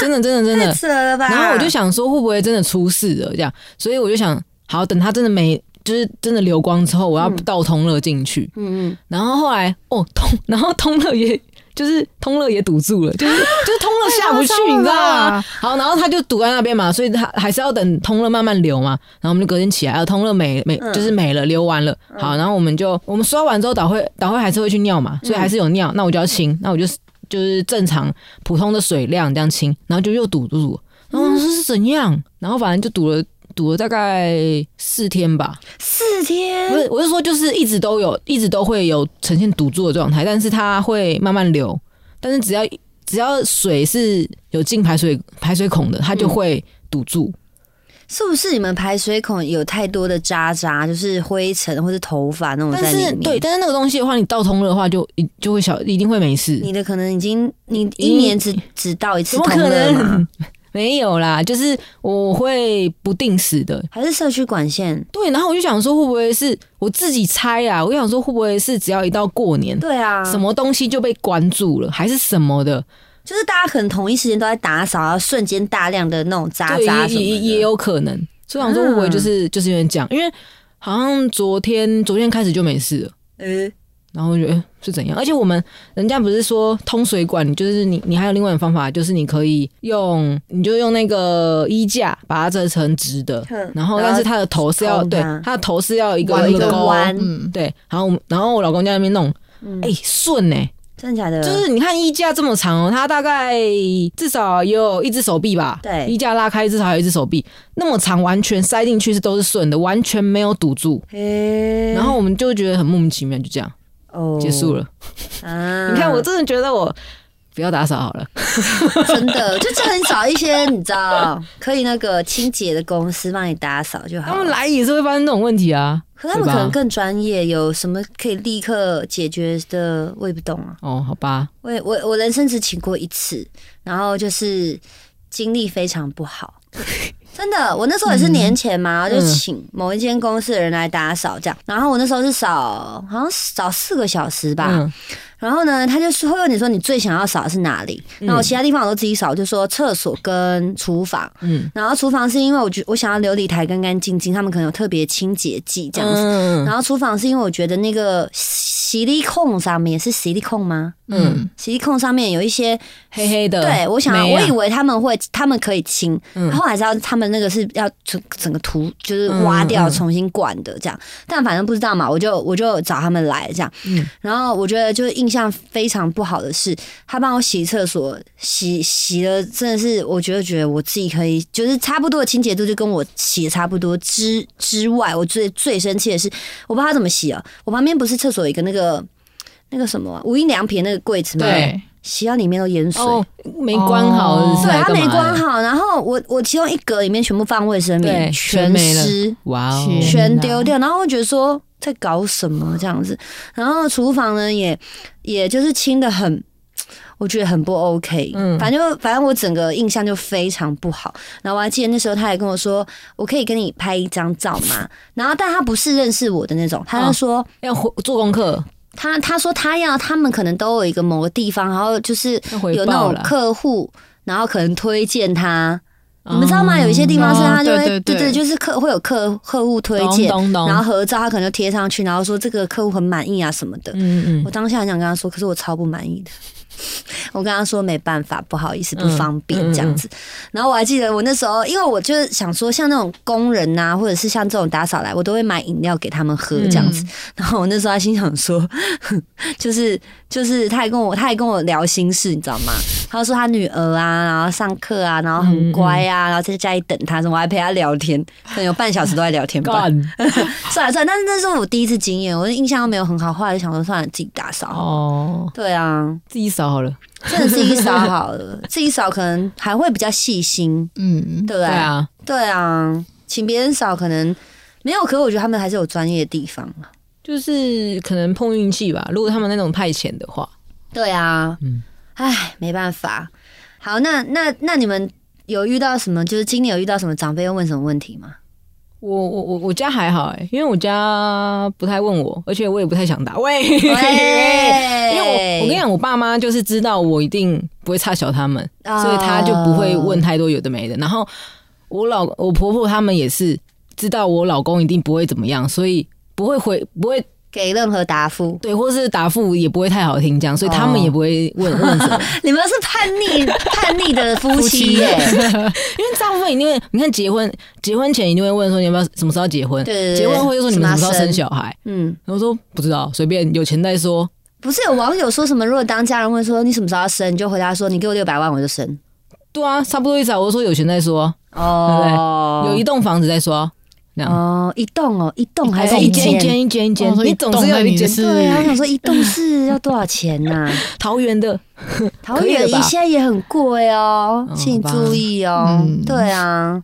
Speaker 2: 真的，真的，真
Speaker 1: 太
Speaker 2: 的。
Speaker 1: 扯了吧？
Speaker 2: 然后我就想说，会不会真的出事了？这样，所以我就想，好，等它真的没，就是真的流光之后，我要
Speaker 1: 嗯
Speaker 2: 倒通了进去。
Speaker 1: 嗯，嗯
Speaker 2: 然后后来哦通，然后通乐也就是通乐也堵住了，就是就是通乐 下不去，你知道吗？好，然后他就堵在那边嘛，所以他还是要等通乐慢慢流嘛。然后我们就隔天起来，啊，通乐没没
Speaker 1: 嗯
Speaker 2: 就是没了，流完了。好，然后我们就我们刷完之后，导会导会还是会去尿嘛，所以还是有尿，那我就要清，那我就就是正常普通的水量这样清，然后就又堵住，然后我说是怎样？然后反正就堵了堵了大概四天吧。
Speaker 1: 四天
Speaker 2: 不，是，我是说，就是一直都有，一直都会有呈现堵住的状态，但是它会慢慢流，但是只要只要水是有进排水排水孔的，它
Speaker 1: 嗯
Speaker 2: 就会堵住。
Speaker 1: 是不是你们排水孔有太多的渣渣，就是灰尘或是头发那种
Speaker 2: 但
Speaker 1: 在
Speaker 2: 是
Speaker 1: 里面？
Speaker 2: 对，，但是那个东西的话，你倒通了的话就，一就会小，一定会没事。
Speaker 1: 你的可能已经你
Speaker 2: 已嗯
Speaker 1: 一年只只到一次
Speaker 2: 怎么
Speaker 1: 通
Speaker 2: 可
Speaker 1: 乐嘛
Speaker 2: 能？ 没有啦，就是我会不定时的。
Speaker 1: 还是社区管线？
Speaker 2: 对，然后我就想说，会不会是我自己猜啊？我就想说，会不会是只要一到过年，
Speaker 1: 对啊，
Speaker 2: 什么东西就被关住了，还是什么的？
Speaker 1: 就是大家可能同一时间都在打扫，然后瞬间大量的那种渣
Speaker 2: 对，
Speaker 1: 渣什
Speaker 2: 也也
Speaker 1: 么
Speaker 2: 也
Speaker 1: 的。嗯
Speaker 2: 有可能。所以我想说，会不会就是、就是有点讲，因为好像昨天昨天开始就没事了，
Speaker 1: 呃，
Speaker 2: 然后我觉得、诶是怎样？而且我们人家不是说通水管，你就是你你还有另外的方法，就是你可以用你就用那个衣架把它折成直的
Speaker 1: 哼，
Speaker 2: 然后
Speaker 1: 然后
Speaker 2: 但是它的头是要
Speaker 1: 冲
Speaker 2: 对
Speaker 1: 它，
Speaker 2: 它的头是要一个
Speaker 3: 弯
Speaker 2: 一个
Speaker 1: 勾
Speaker 2: 勾。
Speaker 1: 弯嗯
Speaker 3: 嗯，
Speaker 2: 对，然后我们然后我老公在那边弄，哎顺呢，
Speaker 1: 真的假的？
Speaker 2: 就是你看衣架这么长哦，它大概至少也有一只手臂吧。
Speaker 1: 对
Speaker 2: 衣架拉开至少有一只手臂，那么长完全塞进去是都是顺的，完全没有堵住。
Speaker 1: 诶，
Speaker 2: 然后我们就觉得很莫名其妙，就这样
Speaker 1: 哦
Speaker 2: 结束了。
Speaker 1: 啊
Speaker 2: 你看， 我真的觉得我不要打扫好了。
Speaker 1: 嗯真的就叫你找一些你知道可以那个清洁的公司帮你打扫就好了。
Speaker 2: 他们来也是会发生这种问题啊。
Speaker 1: 可他们
Speaker 2: 对吧
Speaker 1: 可能更专业，有什么可以立刻解决的，我也不懂啊。
Speaker 2: 哦，好吧，
Speaker 1: 我也我我人生只请过一次，然后就是经历非常不好，真的。我那时候也是年前嘛，然后就请某一间公司的人来打扫这样，然后我那时候是扫，好像扫四个小时吧。
Speaker 2: 嗯，
Speaker 1: 然后呢，他就说会问你说你最想要扫的是哪里？那我其他地方我都自己扫，就说厕所跟厨房。
Speaker 2: 嗯
Speaker 1: 嗯，然后厨房是因为我觉我想要琉璃台干干净净，他们可能有特别清洁剂这样子。
Speaker 2: 嗯
Speaker 1: 然后厨房是因为我觉得那个洗力控上面是洗力控吗？
Speaker 2: 嗯，
Speaker 1: 洗力控上面有一些，
Speaker 2: 黑黑的，
Speaker 1: 对我想要
Speaker 2: 没啊
Speaker 1: 我以为他们会，他们可以清，
Speaker 2: 嗯
Speaker 1: 后来知道他们那个是要整整个涂就是挖
Speaker 2: 嗯
Speaker 1: 掉
Speaker 2: 嗯
Speaker 1: 重新灌的这样，但反正不知道嘛，我就我就找他们来这样，
Speaker 2: 嗯
Speaker 1: 然后我觉得就是印象非常不好的是，他帮我洗厕所，洗洗了真的是我觉得觉得我自己可以就是差不多的清洁度就跟我洗的差不多之之外，我最最生气的是我不知道他怎么洗啊，我旁边不是厕所有一个那个。那个什么、啊无印良品那个柜子吗？
Speaker 3: 对，
Speaker 1: 洗到里面都盐水，
Speaker 2: 哦，没关好，
Speaker 3: 哦
Speaker 2: 是
Speaker 1: 对，
Speaker 2: 来
Speaker 1: 它
Speaker 2: 干
Speaker 1: 没
Speaker 2: 嘛的
Speaker 1: 关，好。然后我我其中一格里面全部放卫生
Speaker 2: 对
Speaker 1: 棉，
Speaker 2: 全
Speaker 1: 全
Speaker 2: 没了
Speaker 1: 湿，
Speaker 2: 哇哦，
Speaker 3: 天
Speaker 1: 全
Speaker 3: 哪
Speaker 1: 丢掉。然后我觉得说在搞什么这样子。然后厨房呢也也就是清的很。我觉得很不 OK，
Speaker 2: 嗯
Speaker 1: 反正反正我整个印象就非常不好。然后我还记得那时候他还跟我说，我可以跟你拍一张照吗？然后但他不是认识我的那种，他
Speaker 2: 哦
Speaker 1: 就说、
Speaker 2: 要回做功课，
Speaker 1: 他他说他要他们可能都有一个某个地方，然后就是
Speaker 2: 要回
Speaker 1: 有那
Speaker 2: 报
Speaker 1: 种
Speaker 2: 了，
Speaker 1: 客户，然后可能推荐他。
Speaker 2: 哦
Speaker 1: 你们知道吗？有一些地方是
Speaker 3: 哦
Speaker 1: 他就会
Speaker 3: 对对
Speaker 1: 对
Speaker 3: 对
Speaker 1: 对，就是客会有客客户推
Speaker 2: 懂
Speaker 1: 荐，
Speaker 2: 懂懂，
Speaker 1: 然后合照他可能就贴上去，然后说这个客户很满意啊什么的。
Speaker 2: 嗯嗯
Speaker 1: 我当下很想跟他说，可是我超不满意的。 我跟他说没办法，不好意思，不方便
Speaker 2: 嗯嗯嗯
Speaker 1: 这样子。然后我还记得我那时候，因为我就是想说，像那种工人呐、或者是像这种打扫来，我都会买饮料给他们喝这样
Speaker 2: 嗯
Speaker 1: 子。然后我那时候还心想说， 就是就是他还跟我他还跟我聊心事，你知道吗？他说他女儿啊，然后上课啊，然后很乖
Speaker 2: 嗯
Speaker 1: 啊，然后在家里等他，什么我还陪他聊天，可能有半小时都在聊
Speaker 2: 嗯
Speaker 1: 天吧。
Speaker 2: 干
Speaker 1: 算了算了，但是那是我第一次经验，我的印象都没有很好，后来就想说算了，自己打扫好了。
Speaker 2: 哦，
Speaker 1: 对啊，
Speaker 2: 自己扫好了，
Speaker 1: 真的自己扫好了，自己扫可能还会比较细 心，
Speaker 3: 嗯，
Speaker 1: 对不
Speaker 2: 对
Speaker 1: 对？
Speaker 2: 啊，
Speaker 1: 对啊，请别人扫可能没有，可我觉得他们还是有专业的地方啊。
Speaker 2: 就是可能碰运气吧，如果他们那种派遣的话，
Speaker 1: 对啊，
Speaker 2: 嗯
Speaker 1: 唉，没办法。好，那那那你们有遇到什么？就是今年有遇到什么长辈会问什么问题 吗？
Speaker 2: 我我我我家还好哎、因为我家不太问我，而且我也不太想打。喂，因为我我跟你讲，我爸妈就是知道我一定不会差小他们，
Speaker 1: 啊
Speaker 2: 所以他就不会问太多有的没的。然后我老我婆婆他们也是知道我老公一定不会怎么样，所以不会回不会
Speaker 1: 给任何答复，
Speaker 2: 对，或是答复也不会太好听这样，所以他们
Speaker 1: 哦
Speaker 2: 也不会问、问什么。
Speaker 1: 你们是叛 逆叛逆的夫妻耶、
Speaker 2: 因为大部分一定会，你看结婚结婚前一定会问说你要不要什么时候要结婚，
Speaker 1: 对对对
Speaker 2: 结婚后就说你们什么时
Speaker 1: 什么
Speaker 2: 候
Speaker 1: 时候
Speaker 2: 生小孩，
Speaker 1: 嗯，
Speaker 2: 然后说不知道，随便有钱再说。
Speaker 1: 不是有网友说什么？如果当家人问说你什么时候要生，你就回答说你给我六百万我就生。
Speaker 2: 对啊，差不多意思啊。我就说有钱再说，
Speaker 1: 哦，
Speaker 2: 有一栋房子再说，啊那样。
Speaker 1: 哦，一栋哦，一栋还是
Speaker 2: 一
Speaker 1: 一间
Speaker 2: 间一？间一间一间
Speaker 3: 哦，所以
Speaker 2: 你总是要有一间
Speaker 3: 动漫你
Speaker 1: 对
Speaker 3: 是
Speaker 1: 啊，我想说一栋是要多少钱呐、
Speaker 2: 桃园的，
Speaker 1: 桃
Speaker 2: 可以
Speaker 1: 园
Speaker 2: 了吧
Speaker 1: 现在也很贵哦，
Speaker 2: 嗯
Speaker 1: 请注意哦。
Speaker 3: 嗯
Speaker 1: 对啊，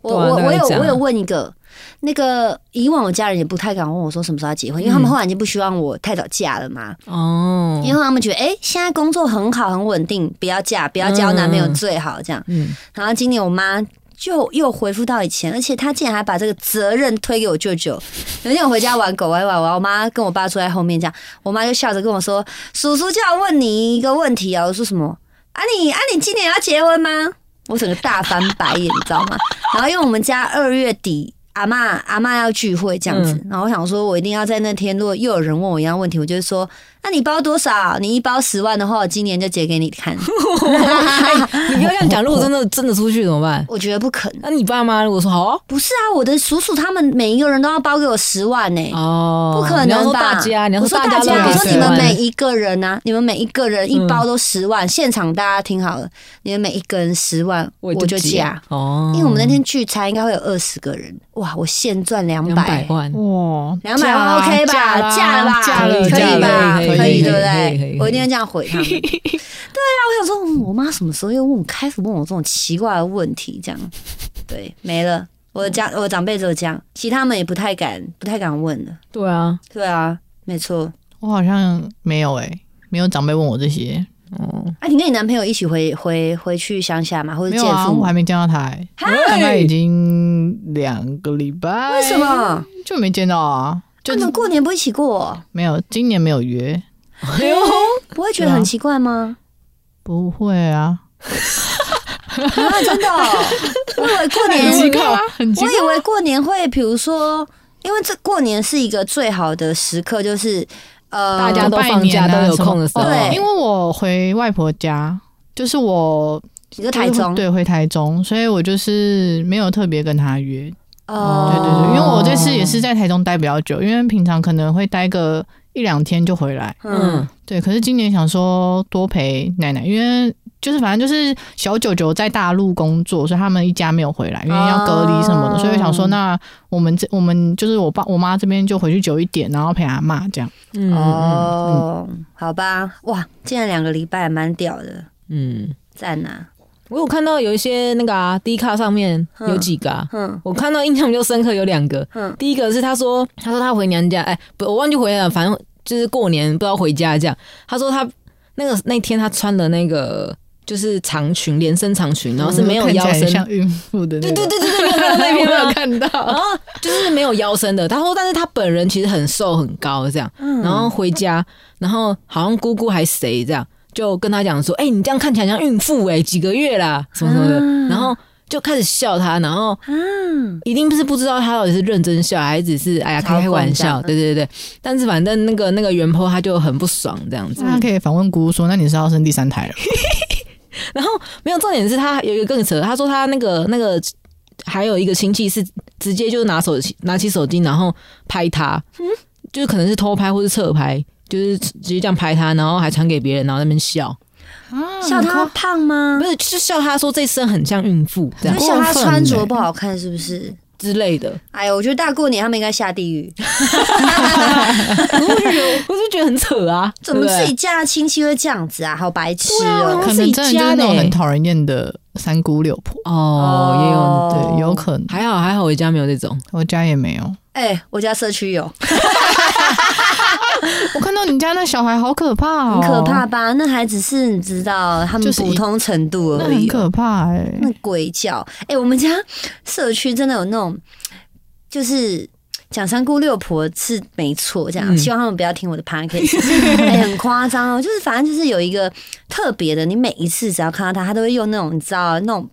Speaker 1: 我
Speaker 2: 对啊
Speaker 1: 我
Speaker 2: 大概
Speaker 1: 我有
Speaker 2: 这样
Speaker 1: 我有问一个。那个以往我家人也不太敢问我说什么时候要结婚，因为
Speaker 2: 嗯
Speaker 1: 他们后来就不希望我太早嫁了嘛，
Speaker 2: 哦，
Speaker 1: 因为他们觉得哎、诶现在工作很好很稳定，不要嫁，不要交男朋友
Speaker 2: 嗯
Speaker 1: 最好这样。
Speaker 2: 嗯，
Speaker 1: 然后今年我妈就又恢复到以前，而且她竟然还把这个责任推给我舅舅。有一天我回家玩狗玩一玩，玩我妈跟我爸坐在后面这样，我妈就笑着跟我说：“叔叔叫我问你一个问题啊。”我说什么？啊你啊你今年要结婚吗？我整个大翻白眼，你知道吗？ 然后因为我们家二月底。阿妈阿妈要聚会这样子，然后我想说，我一定要在那天，如果又有人问我一样问题，我就会说，那你包多少？你一包十万的话，我今年就结给你看。
Speaker 2: 你不要这样讲。如果真的真的出去怎么办？
Speaker 1: 我觉得不可能。
Speaker 2: 那你爸妈如果说好啊
Speaker 1: 不是啊，我的叔叔他们每一个人都要包给我十万欸呢、
Speaker 2: 哦，
Speaker 1: 哎不可
Speaker 2: 你要
Speaker 1: 能
Speaker 2: 说
Speaker 1: 吧？
Speaker 2: 大家，你要
Speaker 1: 我说
Speaker 2: 大
Speaker 1: 大
Speaker 2: 家
Speaker 1: 家，
Speaker 2: 都
Speaker 1: 我
Speaker 2: 给
Speaker 1: 说
Speaker 2: 10
Speaker 1: 你们
Speaker 2: 万
Speaker 1: 每一个人啊，你们每一个人
Speaker 2: 嗯
Speaker 1: 一包都十万，现场大家听好了，你们每一个人十万，我就嫁。
Speaker 2: 哦，
Speaker 1: 因为我们那天聚餐应该会有二十个人，哇，我现赚两
Speaker 2: 两百
Speaker 1: 百，
Speaker 2: 万，
Speaker 3: 哇，
Speaker 1: 两百万 OK 吧？嫁
Speaker 3: 嫁
Speaker 1: 了吧？
Speaker 3: 嫁了，
Speaker 1: 可
Speaker 3: 嫁
Speaker 1: 以吧？
Speaker 3: 了
Speaker 2: 可以
Speaker 1: 可以，对不
Speaker 2: 可以可以可以
Speaker 1: 对？我一定会这样回 他们。对啊，我想说，嗯我妈什么时候又问我，开始问我这种奇怪的问题？这样，对，没了。我的家我的长辈只有这样，其他们也不太敢不太敢问了。
Speaker 2: 对啊，
Speaker 1: 对啊，没错。
Speaker 3: 我好像没有哎、没有长辈问我这些，
Speaker 2: 哦，
Speaker 1: 啊，你跟你男朋友一起回回回去乡下嘛，或者
Speaker 3: 没
Speaker 1: 见
Speaker 3: 有啊，
Speaker 1: 父
Speaker 3: 我
Speaker 1: 母？
Speaker 3: 还没见到他、欸，
Speaker 1: 嗨
Speaker 3: 大概已经两个礼拜，
Speaker 1: 为什么？
Speaker 3: 就没见到啊？就
Speaker 1: 他们过年不一起过，
Speaker 3: 没有，今年没有约，
Speaker 2: 哎呦，
Speaker 1: 不会觉得很奇怪吗？
Speaker 3: 不会啊，
Speaker 1: 啊，真的哦、 我以为过年
Speaker 3: 很奇怪啊，很奇
Speaker 1: 我
Speaker 3: 怪。
Speaker 1: 以为过年会，比如说，因为这过年是一个最好的时刻，就是呃，
Speaker 2: 大家都放假
Speaker 3: 拜年啊
Speaker 2: 都有空的时候
Speaker 3: 什么
Speaker 1: 对
Speaker 3: 因为我回外婆家，就是我
Speaker 1: 一个台中，
Speaker 3: 对，回台中，所以我就是没有特别跟他约，
Speaker 1: 哦，
Speaker 3: 对对对，因为我这次也是在台中待比较久，因为平常可能会待个一两天就回来，
Speaker 1: 嗯，
Speaker 3: 对，可是今年想说多陪奶奶，因为就是反正就是小九九在大陆工作，所以他们一家没有回来，因为要隔离什么的，
Speaker 1: 哦
Speaker 3: 所以我想说那我们这我们就是我爸我妈这边就回去久一点，然后陪阿妈这样。
Speaker 2: 嗯嗯
Speaker 1: 哦，好吧，哇，见了两个礼拜，蛮屌的，
Speaker 2: 嗯，
Speaker 1: 赞啊呐，
Speaker 2: 我有看到有一些那个啊，D 卡上面有几个啊。
Speaker 1: 嗯
Speaker 2: 我看到印象比较深刻有两个，
Speaker 1: 嗯
Speaker 2: 第一个是他说，他说他回娘家，哎、不，我忘记回来了，反正就是过年不知道回家这样。他说他那个那天他穿的那个就是长裙，连身长裙，然后是没有
Speaker 3: 嗯看起
Speaker 2: 腰
Speaker 3: 来
Speaker 2: 身，
Speaker 3: 像孕妇的那
Speaker 2: 对
Speaker 3: 个，
Speaker 2: 对对对对，你有看到那篇
Speaker 3: 我有
Speaker 2: 吗？
Speaker 3: 看
Speaker 2: 然
Speaker 3: 到。
Speaker 2: 后就是没有腰身的，他说，但是他本人其实很瘦很高这样，
Speaker 1: 嗯
Speaker 2: 然后回家，然后好像姑姑还谁这样，就跟他讲说，哎、你这样看起来像孕妇哎、几个月啦，什么什么的，
Speaker 1: 啊
Speaker 2: 然后就开始笑他，然后
Speaker 1: 嗯，
Speaker 2: 一定不是不知道他到底是认真笑还是只是哎呀
Speaker 1: 嘲讽
Speaker 2: 开开玩笑，
Speaker 1: 这
Speaker 2: 对对对。但是反正那个那个袁坡他就很不爽这样子，
Speaker 3: 那他可以反问姑姑说：“那你是要生第三胎了吗
Speaker 2: 然后没有重点是他有一个更扯，他说他那个那个还有一个亲戚是直接就拿手机拿起手机然后拍他，
Speaker 1: 嗯
Speaker 2: 就是可能是偷拍或是侧拍，就是直接这样拍他，然后还传给别人，然后在那边笑，？”
Speaker 3: 啊
Speaker 1: 笑他胖吗
Speaker 2: 不？是就是笑他说这身很像孕妇这样
Speaker 1: 就笑他
Speaker 3: 过分
Speaker 1: 穿着
Speaker 3: 欸
Speaker 1: 不好看，是不是？
Speaker 2: 之类的，
Speaker 1: 哎呀，我觉得大过年他们应该下地狱。
Speaker 2: 我就觉得我就觉得很扯啊，
Speaker 1: 怎么
Speaker 2: 对不对
Speaker 1: 自己家的亲戚会这样子啊？好白痴哦、
Speaker 3: 可
Speaker 2: 自
Speaker 3: 能
Speaker 2: 己
Speaker 3: 真的就是
Speaker 2: 家
Speaker 3: 那
Speaker 2: 的
Speaker 3: 种
Speaker 2: 欸
Speaker 3: 很讨人厌的三姑六婆，
Speaker 2: 哦也有
Speaker 3: 对，有可能。
Speaker 2: 还好还好，我家没有这种。
Speaker 3: 我家也没有。
Speaker 1: 哎、我家社区有，
Speaker 3: 我看到你家那小孩好可怕哦，
Speaker 1: 很可怕，吧？那还只是你知道他们
Speaker 3: 就是一
Speaker 1: 普通程度
Speaker 3: 那
Speaker 1: 而
Speaker 3: 很
Speaker 1: 已哦、
Speaker 3: 可怕哎、
Speaker 1: 那鬼叫！哎、我们家社区真的有那种，就是讲三姑六婆是没错，这样、
Speaker 2: 嗯
Speaker 1: 希望他们不要听我的 p o d c a s 很夸张哦。就是反正就是有一个特别的，你每一次只要看到他，他都会用那种你知道那种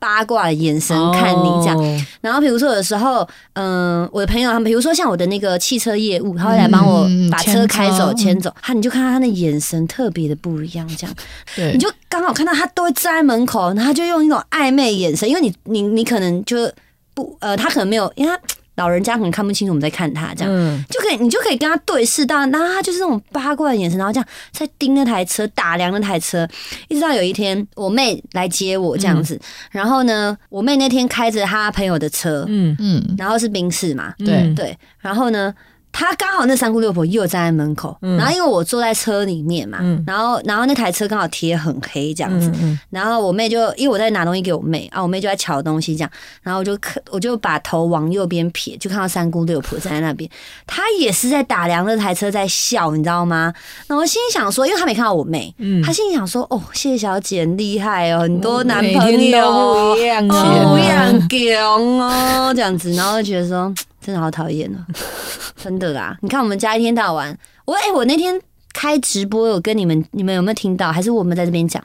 Speaker 1: 八卦的眼神看你这样。
Speaker 2: 哦
Speaker 1: 然后比如说有时候，嗯、我的朋友他们，比如说像我的那个汽车业务，他会来帮我
Speaker 3: 嗯
Speaker 1: 把
Speaker 3: 牵
Speaker 1: 车开走、
Speaker 3: 车
Speaker 1: 牵走，他你就看到他的眼神特别的不一样，这样
Speaker 3: 对，
Speaker 1: 你就刚好看到他都会站在门口，然后他就用一种暧昧眼神，因为你你你可能就不呃，他可能没有，因为他老人家可能看不清楚我们在看他这样。
Speaker 2: 嗯，
Speaker 1: 就可以，你就可以跟他对视到，然后他就是那种八卦的眼神，然后这样在盯那台车，打量那台车，一直到有一天我妹来接我这样
Speaker 2: 嗯
Speaker 1: 子，然后呢，我妹那天开着她朋友的车，
Speaker 2: 嗯，
Speaker 3: 嗯，
Speaker 1: 然后是冰室嘛，
Speaker 3: 对
Speaker 1: 对，然后呢，她刚好那三姑六婆又站在门口，
Speaker 2: 嗯
Speaker 1: 然后因为我坐在车里面嘛，
Speaker 2: 嗯
Speaker 1: 然后然后那台车刚好贴很黑这样子，
Speaker 2: 嗯嗯
Speaker 1: 然后我妹就因为我在拿东西给我妹啊，我妹就在瞧东西这样，然后我就看我就把头往右边撇，就看到三姑六婆站在那边，她也是在打量那台车在笑，你知道吗？然后我心里想说，因为她没看到我妹，
Speaker 2: 嗯
Speaker 1: 她心里想说，哦，谢小姐很厉害哦，很多男
Speaker 2: 每
Speaker 1: 朋
Speaker 2: 天
Speaker 1: 友
Speaker 2: 都
Speaker 1: 哦
Speaker 2: 不一样
Speaker 1: 哦，
Speaker 2: 啊
Speaker 1: 我也很强哦，这样子，然后就觉得说真的好讨厌 哦，真的啦。你看我们家一天到晚，我哎、我那天开直播有跟你们，你们有没有听到？还是我们在这边讲？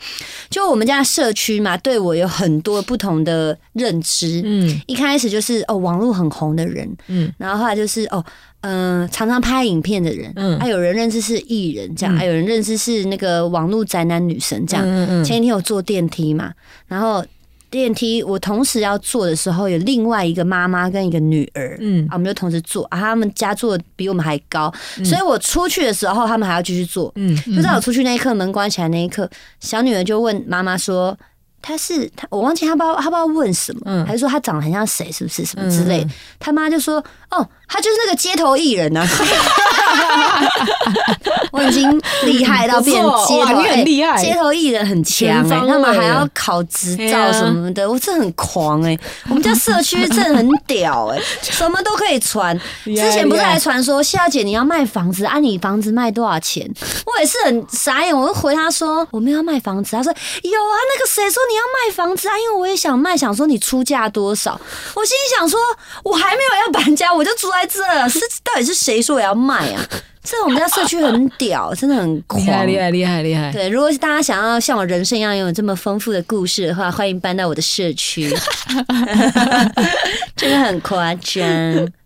Speaker 1: 就我们家社区嘛，对我有很多不同的认知。
Speaker 2: 嗯
Speaker 1: 一开始就是哦，网络很红的人，
Speaker 2: 嗯
Speaker 1: 然后后来就是哦，嗯、常常拍影片的人，啊
Speaker 2: 嗯
Speaker 1: 还、有人认识是艺人这样，
Speaker 2: 嗯
Speaker 1: 还、有人认识是那个网络宅男女神这样，
Speaker 2: 嗯嗯
Speaker 1: 前几天有坐电梯嘛，然后电梯我同时要坐的时候，有另外一个妈妈跟一个女儿。
Speaker 2: 嗯
Speaker 1: 啊，我们就同时坐啊，他们家坐得比我们还高，所以我出去的时候，他们还要继续坐。
Speaker 2: 嗯
Speaker 1: 就在我出去那一刻，门关起来那一刻，小女儿就问妈妈说：“他是他，我忘记他不知道他不知道问什么，
Speaker 2: 嗯
Speaker 1: 还是说他长得很像谁，是不是什么
Speaker 2: 嗯
Speaker 1: 之类的他妈就说：“哦，他就是那个街头艺人啊！” 我已经厉害到变
Speaker 2: 不错
Speaker 1: 街头，
Speaker 3: 哇你很
Speaker 1: 哎
Speaker 3: 厉害
Speaker 1: 街头艺人很强
Speaker 2: 全
Speaker 1: 哎、
Speaker 2: 方位
Speaker 1: 他们还要考执
Speaker 2: 对
Speaker 1: 照
Speaker 2: 啊
Speaker 1: 什么的，我真的很狂哎、我们家社区真的很屌 哎、什么都可以传。之
Speaker 3: 厉害
Speaker 1: 前不是
Speaker 2: 啊
Speaker 3: 厉害
Speaker 1: 还传说夏姐你要卖房子啊？你房子卖多少钱？我也是很傻眼，我就回他说我没有要卖房子，他说有啊，那个谁说你要卖房子啊？因为我也想卖，想说你出价多少？我心里想说，我还没有要搬家，我就住在这了，是到底是谁说我要卖啊？这我们家社区很屌，真的很狂
Speaker 2: 厉。害厉害厉害厉害！
Speaker 1: 对，如果是大家想要像我人生一样拥有这么丰富的故事的话，欢迎搬到我的社区， 真的很夸张。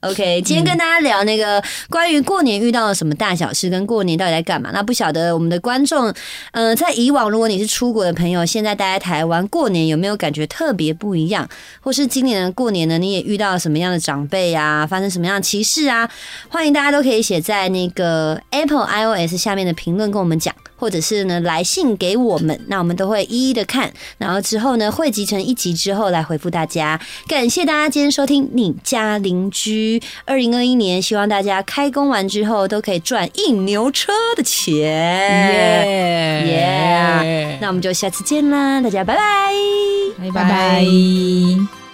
Speaker 1: OK，今天跟大家聊那个关于过年遇到了什么大小事，跟过年到底在干嘛。那不晓得我们的观众，呃，在以往如果你是出国的朋友，现在待在台湾过年有没有感觉特别不一样？或是今年的过年呢，你也遇到什么样的长辈啊，发生什么样的歧视啊？欢迎大家都可以写在那个 Apple iOS 下面的评论跟我们讲，或者是呢来信给我们，那我们都会一一的看，然后之后呢汇集成一集之后来回复大家。感谢大家今天收听你家邻居二零二一年，希望大家开工完之后都可以赚一牛车的钱。
Speaker 2: 耶
Speaker 1: Yeah 那我们就下次见啦，大家拜拜。
Speaker 2: 拜
Speaker 3: 拜
Speaker 2: 拜
Speaker 3: 拜。